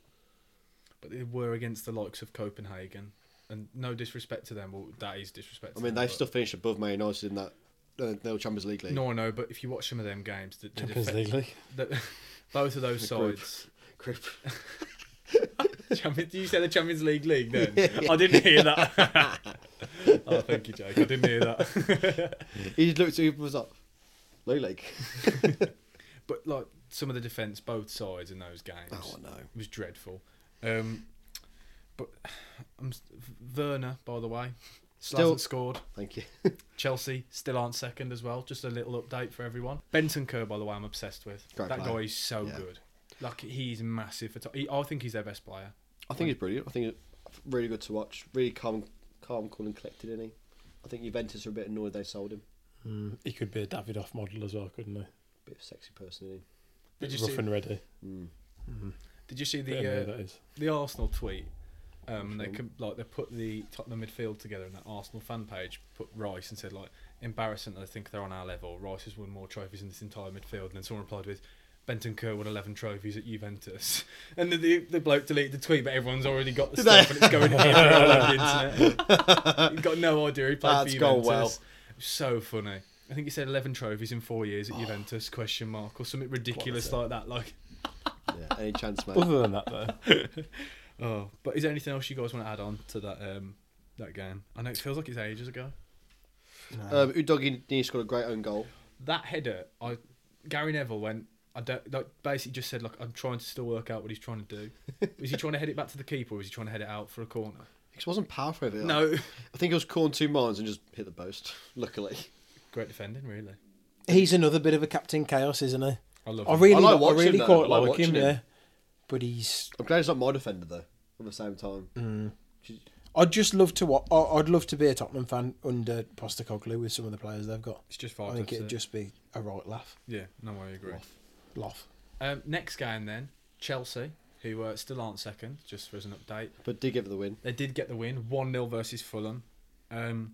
But they were against the likes of Copenhagen, and no disrespect to them, well, that is disrespect. I to mean, them, they've but- still finished above Man United in that uh, no Champions League league. No, I know, but if you watch some of them games, the, the Champions defe- League League. the- both of those The group. sides. Crip. Champions, you said the Champions League league then. I didn't hear that. oh, thank you, Jake. I didn't hear that. he just looked at him and was like, "League League." But like some of the defence, both sides in those games, Oh, I know. it was dreadful. Um, but I'm s- Werner, by the way, still Still- hasn't scored. Thank you. Chelsea still aren't second as well. Just a little update for everyone. Benton Kerr, by the way, I'm obsessed with. Great that player. guy is so Yeah. good. Like he's massive. For t- he, I think he's their best player. I think he's brilliant. I think he's really good to watch. Really calm, calm, cool, and collected. Isn't he? I think Juventus are a bit annoyed they sold him. He could be a Davidoff model as well, couldn't he? Bit of a sexy person, isn't Did you Rough see? and ready. Did you see Yeah, the uh, that is. the Arsenal tweet. Um, they com- like they put the Tottenham midfield together, and that Arsenal fan page put Rice and said like embarrassing. that I think they're on our level. Rice has won more trophies in this entire midfield, and then someone replied with. Benton Kerr won 11 trophies at Juventus. And the, the, the bloke deleted the tweet, but everyone's already got the stuff and it's going everywhere all over the internet. You've got no idea who played That's for gone Juventus. well. So funny. I think he said 11 trophies in four years Oh. at Juventus, question mark, or something ridiculous like that. Like, he? Yeah. Any chance, mate? Other than that, though, Oh, but is there anything else you guys want to add on to that um that game? I know it feels like it's ages ago. um, Udogi nearly scored a great own goal. That header, I Gary Neville went. I don't like basically just said like I'm trying to still work out what he's trying to do. was he trying to head it back to the keeper? or Was he trying to head it out for a corner? It wasn't powerful. Over No, I think it was corn two minds and just hit the post. Luckily, great defending, really. He's another bit of a Captain Chaos, isn't he? I love. I him. really, I like I watching really that. quite I like, like him, watching him. yeah. But he's, I'm glad he's not my defender though. At the same time, I'd just love to what I'd love to be a Tottenham fan under Postacoglu with some of the players they've got. It's just Oh, I five. think it'd It just be a right laugh, Yeah, no, I agree. laugh. Um, next game then, Chelsea, who uh, still aren't second. Just for as an update. but did give it the win. They did get the win, 1 0 versus Fulham. Um,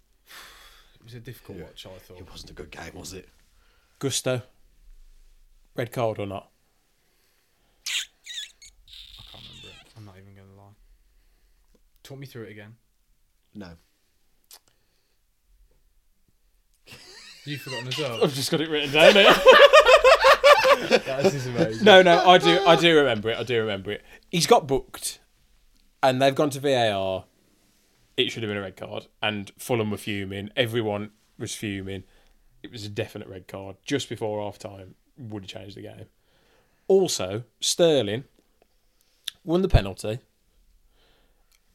it was a difficult watch, I thought. It wasn't a good game, was it? Gusto, red card or not? I can't remember it. I'm not even going to lie. Talk me through it again. No. You've forgotten as well. I've just got it written down. Here. that is amazing. no, no, I do, I do remember it. I do remember it. He's got booked, and they've gone to VAR. It should have been a red card, and Fulham were fuming. Everyone was fuming. It was a definite red card just before half time. Would have changed the game. Also, Sterling won the penalty,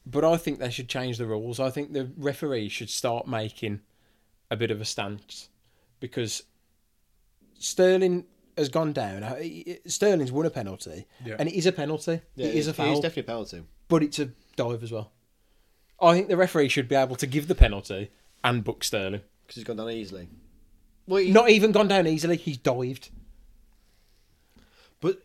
but I think they should change the rules. I think the referee should start making a bit of a stance because Sterling has gone down. Uh, he- he- Sterling's won a penalty, Yeah. and it is a penalty. it is a It foul, is definitely a penalty. but it's a dive as well. I think the referee should be able to give the penalty and book Sterling. because he's gone down easily. Well, he, Not even gone down easily. He's dived. but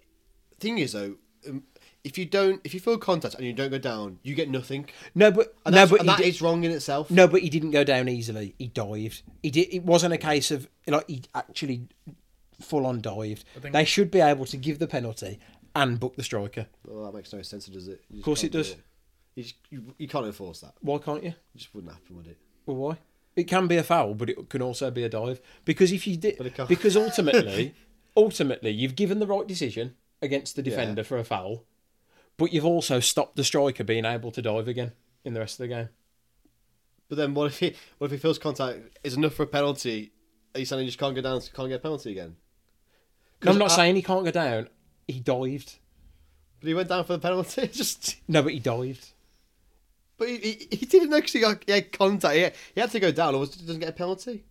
thing is though, um, if you don't, if you feel contact and you don't go down, you get nothing. No, but And, no, that's, but and he that did- is wrong in itself. No, but he didn't go down easily. He dived. He did. It wasn't a case of like he actually full on dived. I think- They should be able to give the penalty and book the striker. Well, Oh, that makes no sense, does it? You just Course it can't do does. You, just, you, you can't enforce that. Why can't you? It just wouldn't happen, would it? Well, why? It can be a foul, but it can also be a dive because if you did, But it can't- because ultimately, ultimately, you've given the right decision against the Yeah. defender for a foul, but you've also stopped the striker being able to dive again in the rest of the game. But then what if he what if he feels contact is enough for a penalty? Are you saying he just can't go down, can't get a penalty again? No, I'm not I- saying he can't go down. He dived. But he went down for the penalty. Just, No, but he dived. but he, he, he didn't actually got, he had contact. He had, he had to go down, or was, doesn't get a penalty.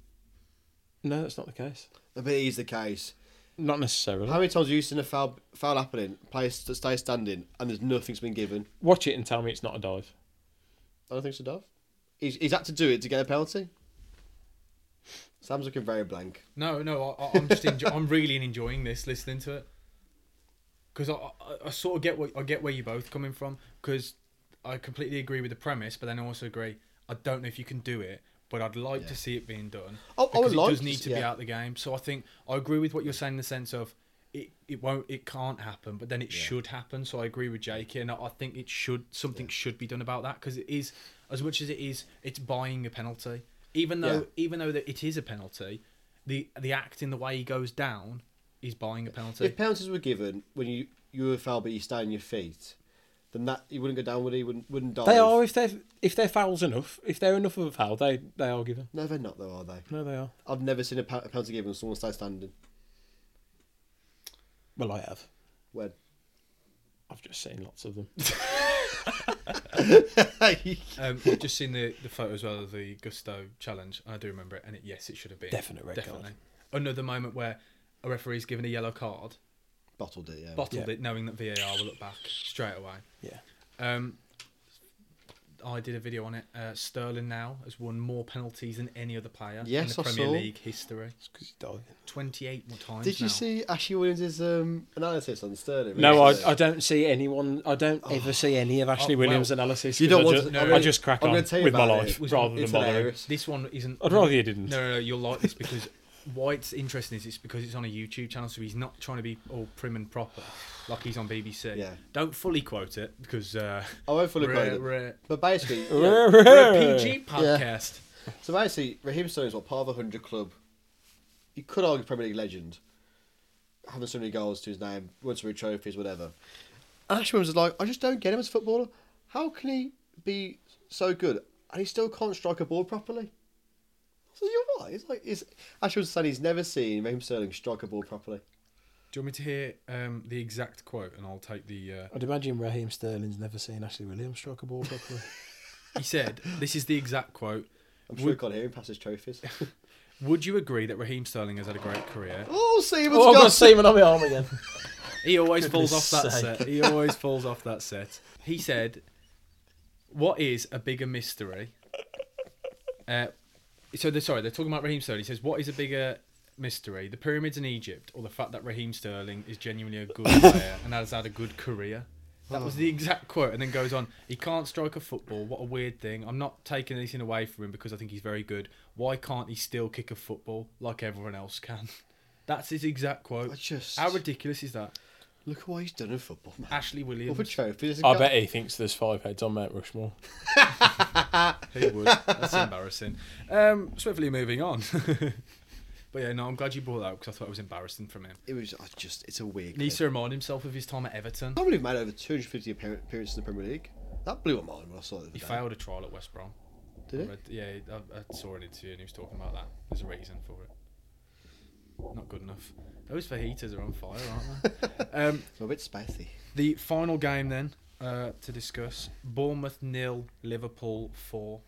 No, that's not the case. I bet it is the case. Not necessarily. How many times have you seen a foul foul happening, players st- stay standing, and there's nothing's been given? Watch it and tell me it's not a dive. I don't think so, Dove. He's, he's had to do it to get a penalty. Sam's looking very blank. No, no, I, I- I'm just enjoy- I'm really enjoying this listening to it because I, I, I sort of get what I get where you both coming from because I completely agree with the premise, but then I also agree I don't know if you can do it, but I'd like to see it being done. Oh, I would because like it does to need see- to be yeah. out the game. So I think I agree with what you're saying in the sense of. It, it won't it can't happen but then it should happen so i agree with jake and i I think it should something should be done about that because it is as much as it is it's buying a penalty even though Yeah. even though that it is a penalty, the the act in the way he goes down is buying a penalty. If penalties were given when you you were foul but you stay on your feet, then that you wouldn't go down, would he? Wouldn't wouldn't dive. They are if they're if they're fouls enough. If they're enough of a foul, they they are given. No, they're not though, are they? No, they are. I've never seen a pe- a penalty given when someone stays standing. Well, I have. When I've just seen lots of them. Um, I've just seen the, the photo as well of the Gusto challenge, and I do remember it. And it, yes, it should have been Definite red card. Another moment where a referee's given a yellow card, bottled it, yeah. bottled it, knowing that VAR will look back straight away. Yeah. Um, I did a video on it. Uh, Sterling now has won more penalties than any other player Yes, in the I Premier saw. League history. Twenty-eight more times. Did you now. see Ashley Williams' um, analysis on Sterling? No, I, recently? I don't see anyone. I don't ever see any of Ashley Oh, well, Williams' analysis. you 'cause don't I want ju- to- no, I just crack I'm on gonna tell you with my about it. life It was- rather it's than bothering. hilarious. This one isn't. I'd rather you didn't. No, no, no, you'll like this because why it's interesting is it's because it's on a YouTube channel, so he's not trying to be all prim and proper like he's on BBC. Yeah. Oh, Don't fully quote it because uh, I won't fully we're, quote it. We're, But basically, you know, we're a PG podcast. So basically, Raheem Sterling is what part of a hundred club. You could argue Premier League legend, having so many goals to his name, won so many trophies, whatever. And Ash Williams is like, I just don't get him as a footballer. How can he be so good and he still can't strike a ball properly? So you're right. It's like it's, Ash Williams is saying he's never seen Raheem Sterling strike a ball properly. Do you want me to hear um, the exact quote and I'll take the. Uh, I'd imagine Raheem Sterling's never seen Ashley Williams strike a ball properly. he said, this is the exact quote. I'm sure you can't hear him pass his trophies. Would you agree that Raheem Sterling has had a great career? oh, Seaman's oh, I've got got Seaman on my arm again. He always falls off Goodness that sake. set. He always falls off that set. He said, "What is a bigger mystery?" Uh, so they're sorry. They're talking about Raheem Sterling. He says, "What is a bigger mystery? The pyramids in Egypt, or the fact that Raheem Sterling is genuinely a good player and has had a good career?" That was the exact quote, and then goes on. He can't strike a football. What a weird thing. I'm not taking anything away from him because I think he's very good. Why can't he still kick a football like everyone else can? That's his exact quote. I just- how ridiculous is that? Look at what he's done in football, man. Ashley Williams. What for trophies? I bet he thinks there's five heads on Mount Rushmore. Who would? That's embarrassing. Um, swiftly moving on. but yeah, no, I'm glad you brought that up because I thought it was embarrassing from him. It was I just. It's a weird. He needs to remind himself of his time at Everton. I believe he made over 250 appear- appearances in the Premier League. That blew my mind when I saw it. The other He day. failed a trial at West Brom. Did I he? read, yeah, I, I saw an interview and he was talking about that. There's a reason for it. Not good enough. Those fajitas are on fire, aren't they? um, It's a bit spicy. the final game then uh, to discuss: Bournemouth nil, Liverpool four.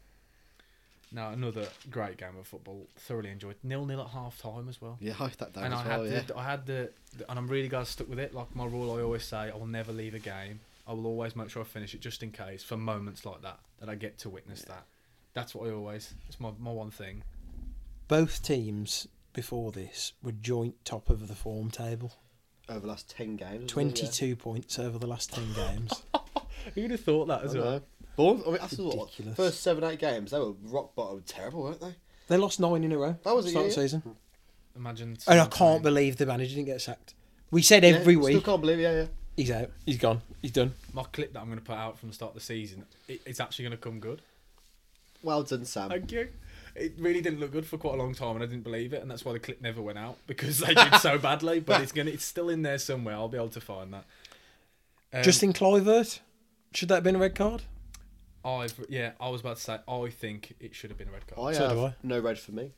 Now another great game of football. Thoroughly enjoyed. Nil nil at half time as well. Yeah, I that down and as I well. had yeah. the, I had the, the- and I'm really glad I stuck with it. Like my rule, I always say I will never leave a game. I will always make sure I finish it, just in case for moments like that that I get to witness that. That's what I always. It's my, my one thing. Both teams before this were joint top of the form table. Over the last 10 games. wasn't it? 22 points over the last 10 games. Who'd have thought that Yeah. as I well? know. Bournemouth, I mean, after what, Ridiculous. first seven, eight games, they were rock bottom terrible, weren't they? they lost nine in a row. That was it, start yeah, of the yeah. season. Imagine. And I someone can't saying- believe the manager didn't get sacked. We said every Yeah, Still week can't believe. it, Yeah, yeah. he's out. He's gone. He's done. my clip that I'm going to put out from the start of the season. It, it's actually going to come good. Well done, Sam. Thank you. It really didn't look good for quite a long time, and I didn't believe it, and that's why the clip never went out because they did so badly. But it's gonna, it's still in there somewhere. I'll be able to find that. Um, Justin Clivert, should that have been a red card? I've yeah, I was about to say I think it should have been a red card. I So have do I. no red for me.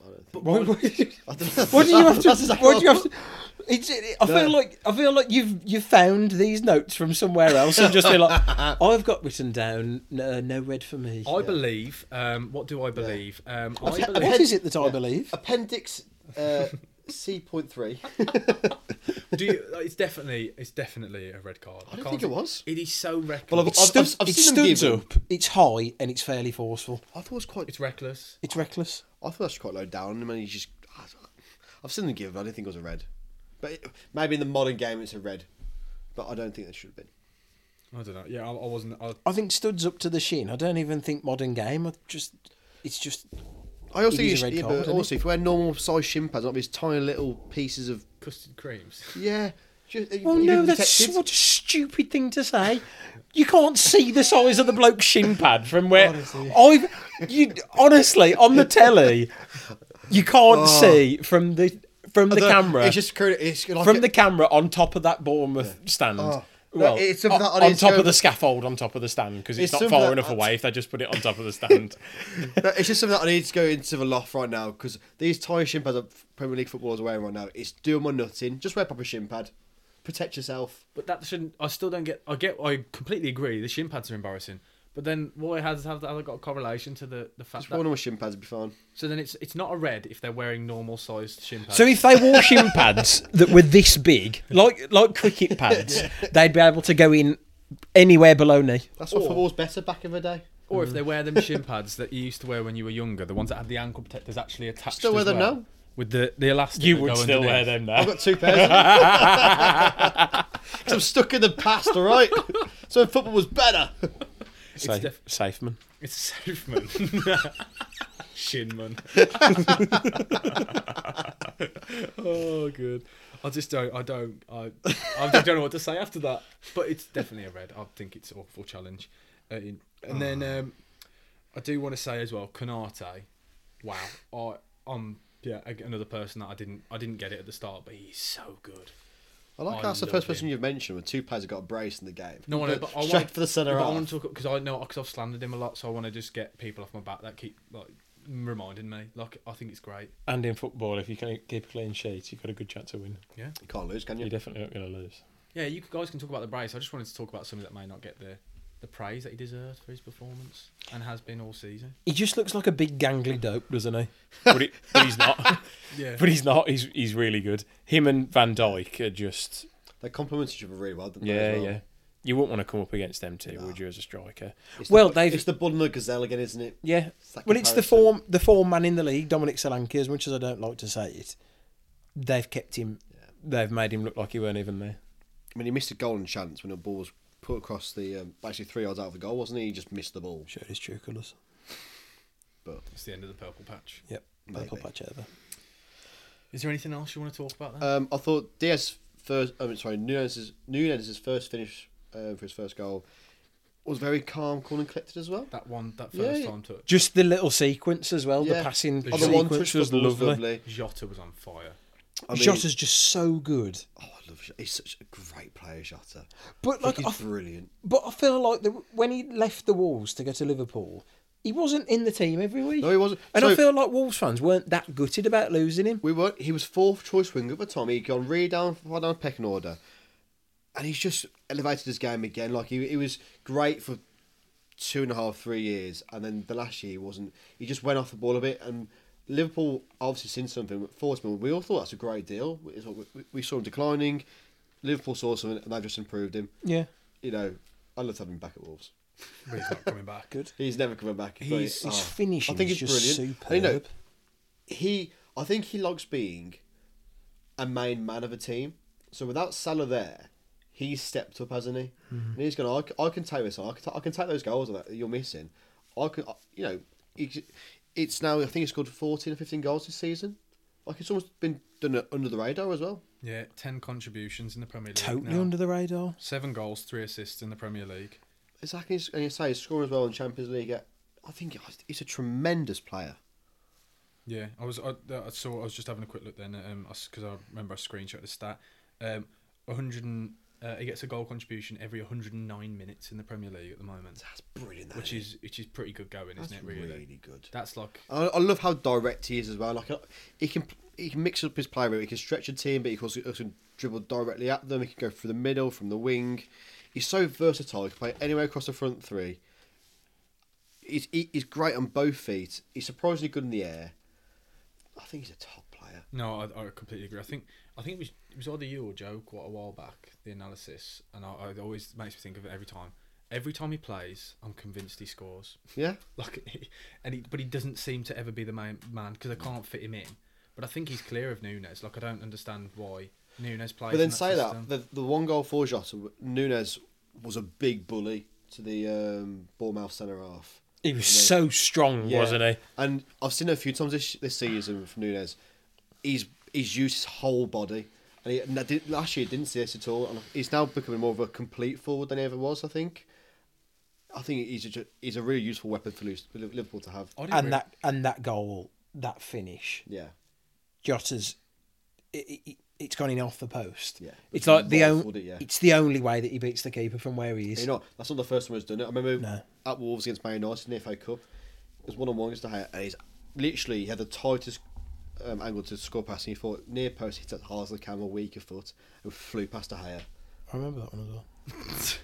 I don't think. What, what, I don't know. do you have to? That's exactly what do you what have to? It's, it, I feel No. like I feel like you've you found these notes from somewhere else and just feel like I've got written down no, no red for me. I believe. Um, what do I believe? Um, I Okay. believe. what is it that I believe? Appendix uh, C.3. Do you, like, it's definitely it's definitely a red card. I don't can't think it was. It is so reckless. Well, I've- It's stood, I've it seen them stood give up. It's high and it's fairly forceful. I thought it was quite. it's reckless. It's reckless. I thought it was quite low down. I mean, he's just. I've seen them give. but I didn't think it was a red. But it, maybe in the modern game it's a red. But I don't think it should have been. I don't know. Yeah, I, I wasn't. I, I think Stud's up to the shin. I don't even think modern game. I just, it's just I also It is a use. red Yeah, card, but isn't it? also, if you wear normal size shin pads, not these tiny little pieces of. custard creams. Yeah. Just, Well, you'd be Oh, no, that's protected. what a stupid thing to say. You can't see the size of the bloke's shin pad from where I've. You honestly on the telly, you can't see from the from the I don't- camera It's just. cur- It's like from it- the camera on top of that Bournemouth stand. no, Well, it's on, something that I on need to top go- of the scaffold, on top of the stand, because It's it's, not something far that- enough away if they just put it on top of the stand. No, it's just something that I need to go into the loft right now because these tiny shin pads that Premier League footballers are wearing right now, it's doing my nutting. Just wear a proper shin pad. Protect yourself. But that shouldn't. I still don't get. I get. I completely agree. The shin pads are embarrassing. But then why has have that got a correlation to the the fact Just wear that? normal shin pads, would be fine. So then it's it's not a red if they're wearing normal sized shin pads. So if they wore shin pads that were this big, like like cricket pads, they'd be able to go in anywhere below knee. That's what football was better back in the day. or Mm. if they wear them shin pads that you used to wear when you were younger, the ones that have the ankle protectors actually attached. Still wear as them well, now. With the the elastic. you that would go still wear underneath. them I've now. got two pairs. Because I'm stuck in the past, all right? So when football was better. Safe, def- safe man. It's safe, man. shin man. oh, good. I just don't. I don't. I. I just don't know what to say after that. But it's definitely a red. I think it's an awful challenge. Uh, in- and then um, I do want to say as well, Kanate. Wow. I. I'm. Yeah, ag- another person that I didn't. I didn't get it at the start, but he's so good. I like I that's the love first person him. you've mentioned where two players have got a brace in the game. No, I know, But but I Straight want for the centre But I half. want to talk because I know because I've slandered him a lot, so I want to just get people off my back that keep like reminding me. Like I think it's great. And in football, if you can keep a clean sheet, you've got a good chance of winning. You can't lose, can you? You're definitely not going to lose. Yeah, you guys can talk about the brace. I just wanted to talk about something that may not get the the praise that he deserves for his performance and has been all season. He just looks like a big gangly dope, doesn't he? But, he- but he's not. Yeah. But he's not. He's he's really good. Him and Van Dijk are just They complement each other really well, don't they? yeah as well? yeah. You wouldn't want to come up against them two, would you, as a striker? It's Well, the, they've- It's the bull and the gazelle again, isn't it? Yeah. that well, it's the comparison. form the form man in the league, Dominic Solanke. As much as I don't like to say it, they've kept him. They've made him look like he weren't even there. I mean, he missed a golden chance when the ball was put across the um, actually three yards out of the goal, wasn't he? He just missed the ball. Showed his true colours. But It's the end of the purple patch. Yep. Purple patch over. Is there anything else you want to talk about? Then? um, I thought Diaz first. I'm sorry, Nunez's Nunez's first finish uh, for his first goal was very calm, cool, and collected as well. that one, that yeah, first yeah. time touch, Just the little sequence as well. Yeah. The passing Oh, the sequence one touch was football was lovely. lovely. Jota was on fire. I mean, Jota's just so good. Oh, I love. Jota. He's such a great player, Jota. But Like like, he's I, f- brilliant. but I feel like the, when he left the Wolves to go to Liverpool, he wasn't in the team every week. No, he wasn't. And So- I feel like Wolves fans weren't that gutted about losing him. We were. He was fourth choice winger at the time. He'd gone really down, far down the pecking order, and he's just elevated his game again. Like he, he was great for two and a half, three years, and then the last year he wasn't. He just went off the ball a bit, and Liverpool obviously seen something. Forsman, we all thought that's a great deal. We, we- we saw him declining. Liverpool saw something, and they've just improved him. Yeah. You know, I love having him back at Wolves. But he's not coming back. Good. He's never coming back. but- He's, oh, his finishing I think is he's just brilliant. superb. And, you know, he I think he likes being a main man of a team. So without Salah there, he's stepped up, hasn't he? And he's gone. I, c- I can take this. on. I can, t- I can take those goals that you're missing. I can. I- You know, he, it's now. I think he's scored fourteen or fifteen goals this season. Like it's almost been done under the radar as well. Yeah, ten contributions in the Premier League. Totally now. under the radar. Seven goals, three assists in the Premier League. Exactly, as- and you say, scoring as well in Champions League. yeah. I think he's a tremendous player. Yeah, I was. I, I saw. I was just having a quick look then, um, because I remember I screenshot the stat. Um, 100. And, uh, he gets a goal contribution every 109 minutes in the Premier League at the moment, That's brilliant. that which is which is pretty good going, that's isn't it? Really. good. That's like I, I love how direct he is as well. Like uh, he can he can mix up his play where he can stretch a team, but he can also, also can dribble directly at them. He can go through the middle, from the wing. He's so versatile. He can play anywhere across the front three. He's he, he's great on both feet. He's surprisingly good in the air. I think he's a top player. No, I, I completely agree. I think I think it was it was either you or Joe quite a while back the analysis, and I, I always makes me think of it every time. Every time he plays, I'm convinced he scores. Yeah, Like, he- and he, but he doesn't seem to ever be the main man because I can't fit him in. But I think he's clear of Nunes. Like I don't understand why Nunes plays. but then in that say system. that the the one goal four shot Nunez was a big bully to the um, Bournemouth centre half. He was so strong, Yeah. wasn't he? And I've seen it a few times this this season from Nunes. He's he's used his whole body, and, he, and I did, last year he didn't see this at all. And he's now becoming more of a complete forward than he ever was. I think. I think he's a, he's a really useful weapon for Lu- for Liverpool to have. I didn't And rea- that and that goal, that finish, Yeah, Jota's, it, it, it's gone in off the post. Yeah. It's like the only. Rifled it, yeah. It's the only way that he beats the keeper from where he you is. know that's not the first time he's done it. I remember No. at Wolves against Man United in the FA Cup, it was one on one against the Gea, and he's literally he had the tightest um, angle to score pass, and he thought near post hit as hard as the camera, weaker foot, and flew past the Gea. I remember that one as well.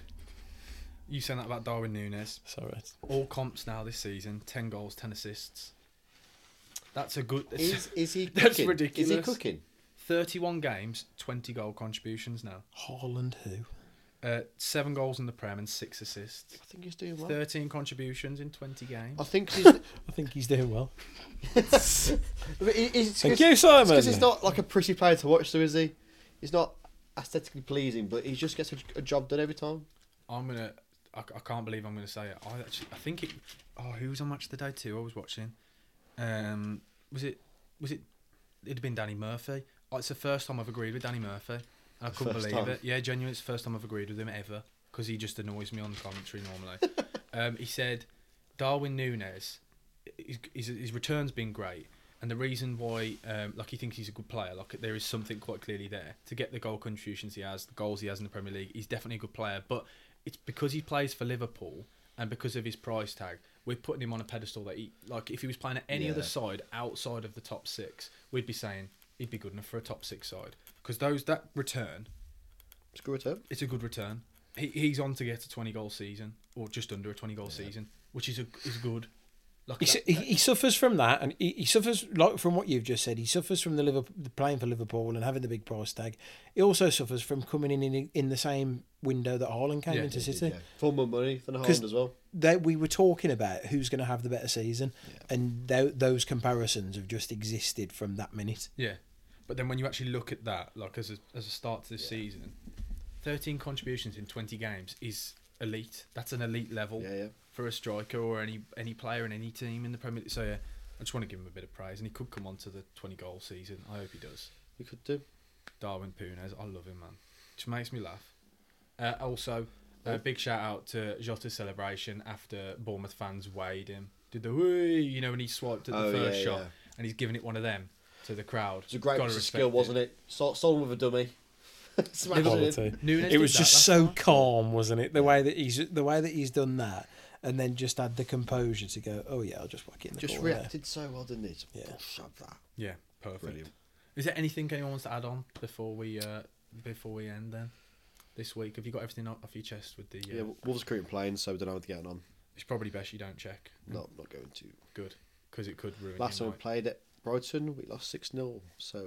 you saying that about Darwin Nunes? Sorry. All comps now this season: ten goals, ten assists. That's a good. Is is he? That's cooking? Is he ridiculous. cooking? 31 games, 20 goal contributions now. Haaland who? Uh, seven goals in the Prem and six assists. I think he's doing well. 13 contributions in 20 games. I think he's. I think he's doing well. Thank you, Simon. Because he's not like a pretty player to watch, though, is he? He's not aesthetically pleasing, but he just gets a, a job done every time. I'm going to. I I can't believe I'm going to say it. I actually, I think it. Oh, who was on Match of the Day too? I was watching. Um, was it? Was it? It'd have been Danny Murphy. Oh, it's the first time I've agreed with Danny Murphy. And I couldn't First believe time. it. Yeah, genuinely, it's the first time I've agreed with him ever because he just annoys me on the commentary normally. um, he said Darwin Nunes, his, his, his return's been great, and the reason why, um, like he thinks he's a good player, like there is something quite clearly there to get the goal contributions he has, the goals he has in the Premier League. He's definitely a good player, but it's because he plays for Liverpool and because of his price tag. We're putting him on a pedestal that he, like, if he was playing at any other Yeah. side outside of the top six, we'd be saying he'd be good enough for a top six side because those that return Screw it up. it's a good return. He, he's on to get a 20 goal season or just under a 20 goal season, which is a, is good. Like He, su- that- he, he suffers from that, and he, he suffers like from what you've just said. He suffers from the Liverpool the playing for Liverpool and having the big price tag. He also suffers from coming in in, in the same window that Haaland came Yeah, into City. Yeah. For more money than Because- Haaland as well. That we were talking about who's going to have the better season, and tho- those comparisons have just existed from that minute. yeah. But then when you actually look at that, like as a, as a start to this season, 13 contributions in 20 games is elite. That's an elite level Yeah, yeah. for a striker or any any player in any team in the Premier League. So yeah, I just want to give him a bit of praise, and he could come on to the 20 goal season. I hope he does. We could do. Darwin Punez. I love him, man. Just makes me laugh. Uh, also, Oh. a big shout out to Jota's celebration after Bournemouth fans weighed him. Did the whee, you know, when he swiped at the Oh, first yeah, shot yeah. and he's giving it one of them to the crowd. It's a great piece of skill, wasn't it? So, sold with a dummy. Smashed it in. Quality. Nunes It did was that just last so time. calm, wasn't it? The way that he's the way that he's done that, and then just had the composure to go, oh yeah, I'll just whack it in the Just ball there." reacted so well, didn't it? Yeah. Shove that. Yeah, perfect. Brilliant. Is there anything anyone wants to add on before we uh, before we end then? This week, have you got everything off your chest with the? Uh, Yeah, Wolves are currently playing, so we don't know what they're getting on. It's probably best you don't check. No, I'm not going to. Good, because it could ruin. Last your time we night. played at Brighton, we lost 6 0. So.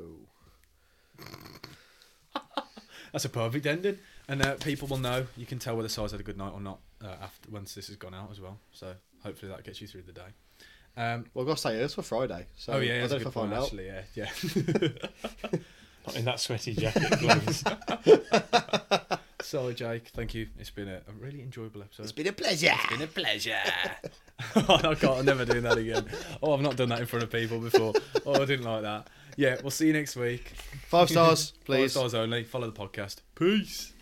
That's a perfect ending, and uh, people will know. You can tell whether sides had a good night or not uh, after once this has gone out as well. So hopefully that gets you through the day. Um, Well, I've got to say, it's for Friday. So oh yeah, I that's a don't know good if I point, actually. find out. Yeah, yeah. Not in that sweaty jacket. gloves. Sorry, Jake. Thank you. It's been a, a really enjoyable episode. It's been a pleasure. It's been a pleasure. I can't. I'm never doing that again. Oh, I've not done that in front of people before. Oh, I didn't like that. yeah, we'll see you next week. Five stars, please. Five stars only. Follow the podcast. Peace.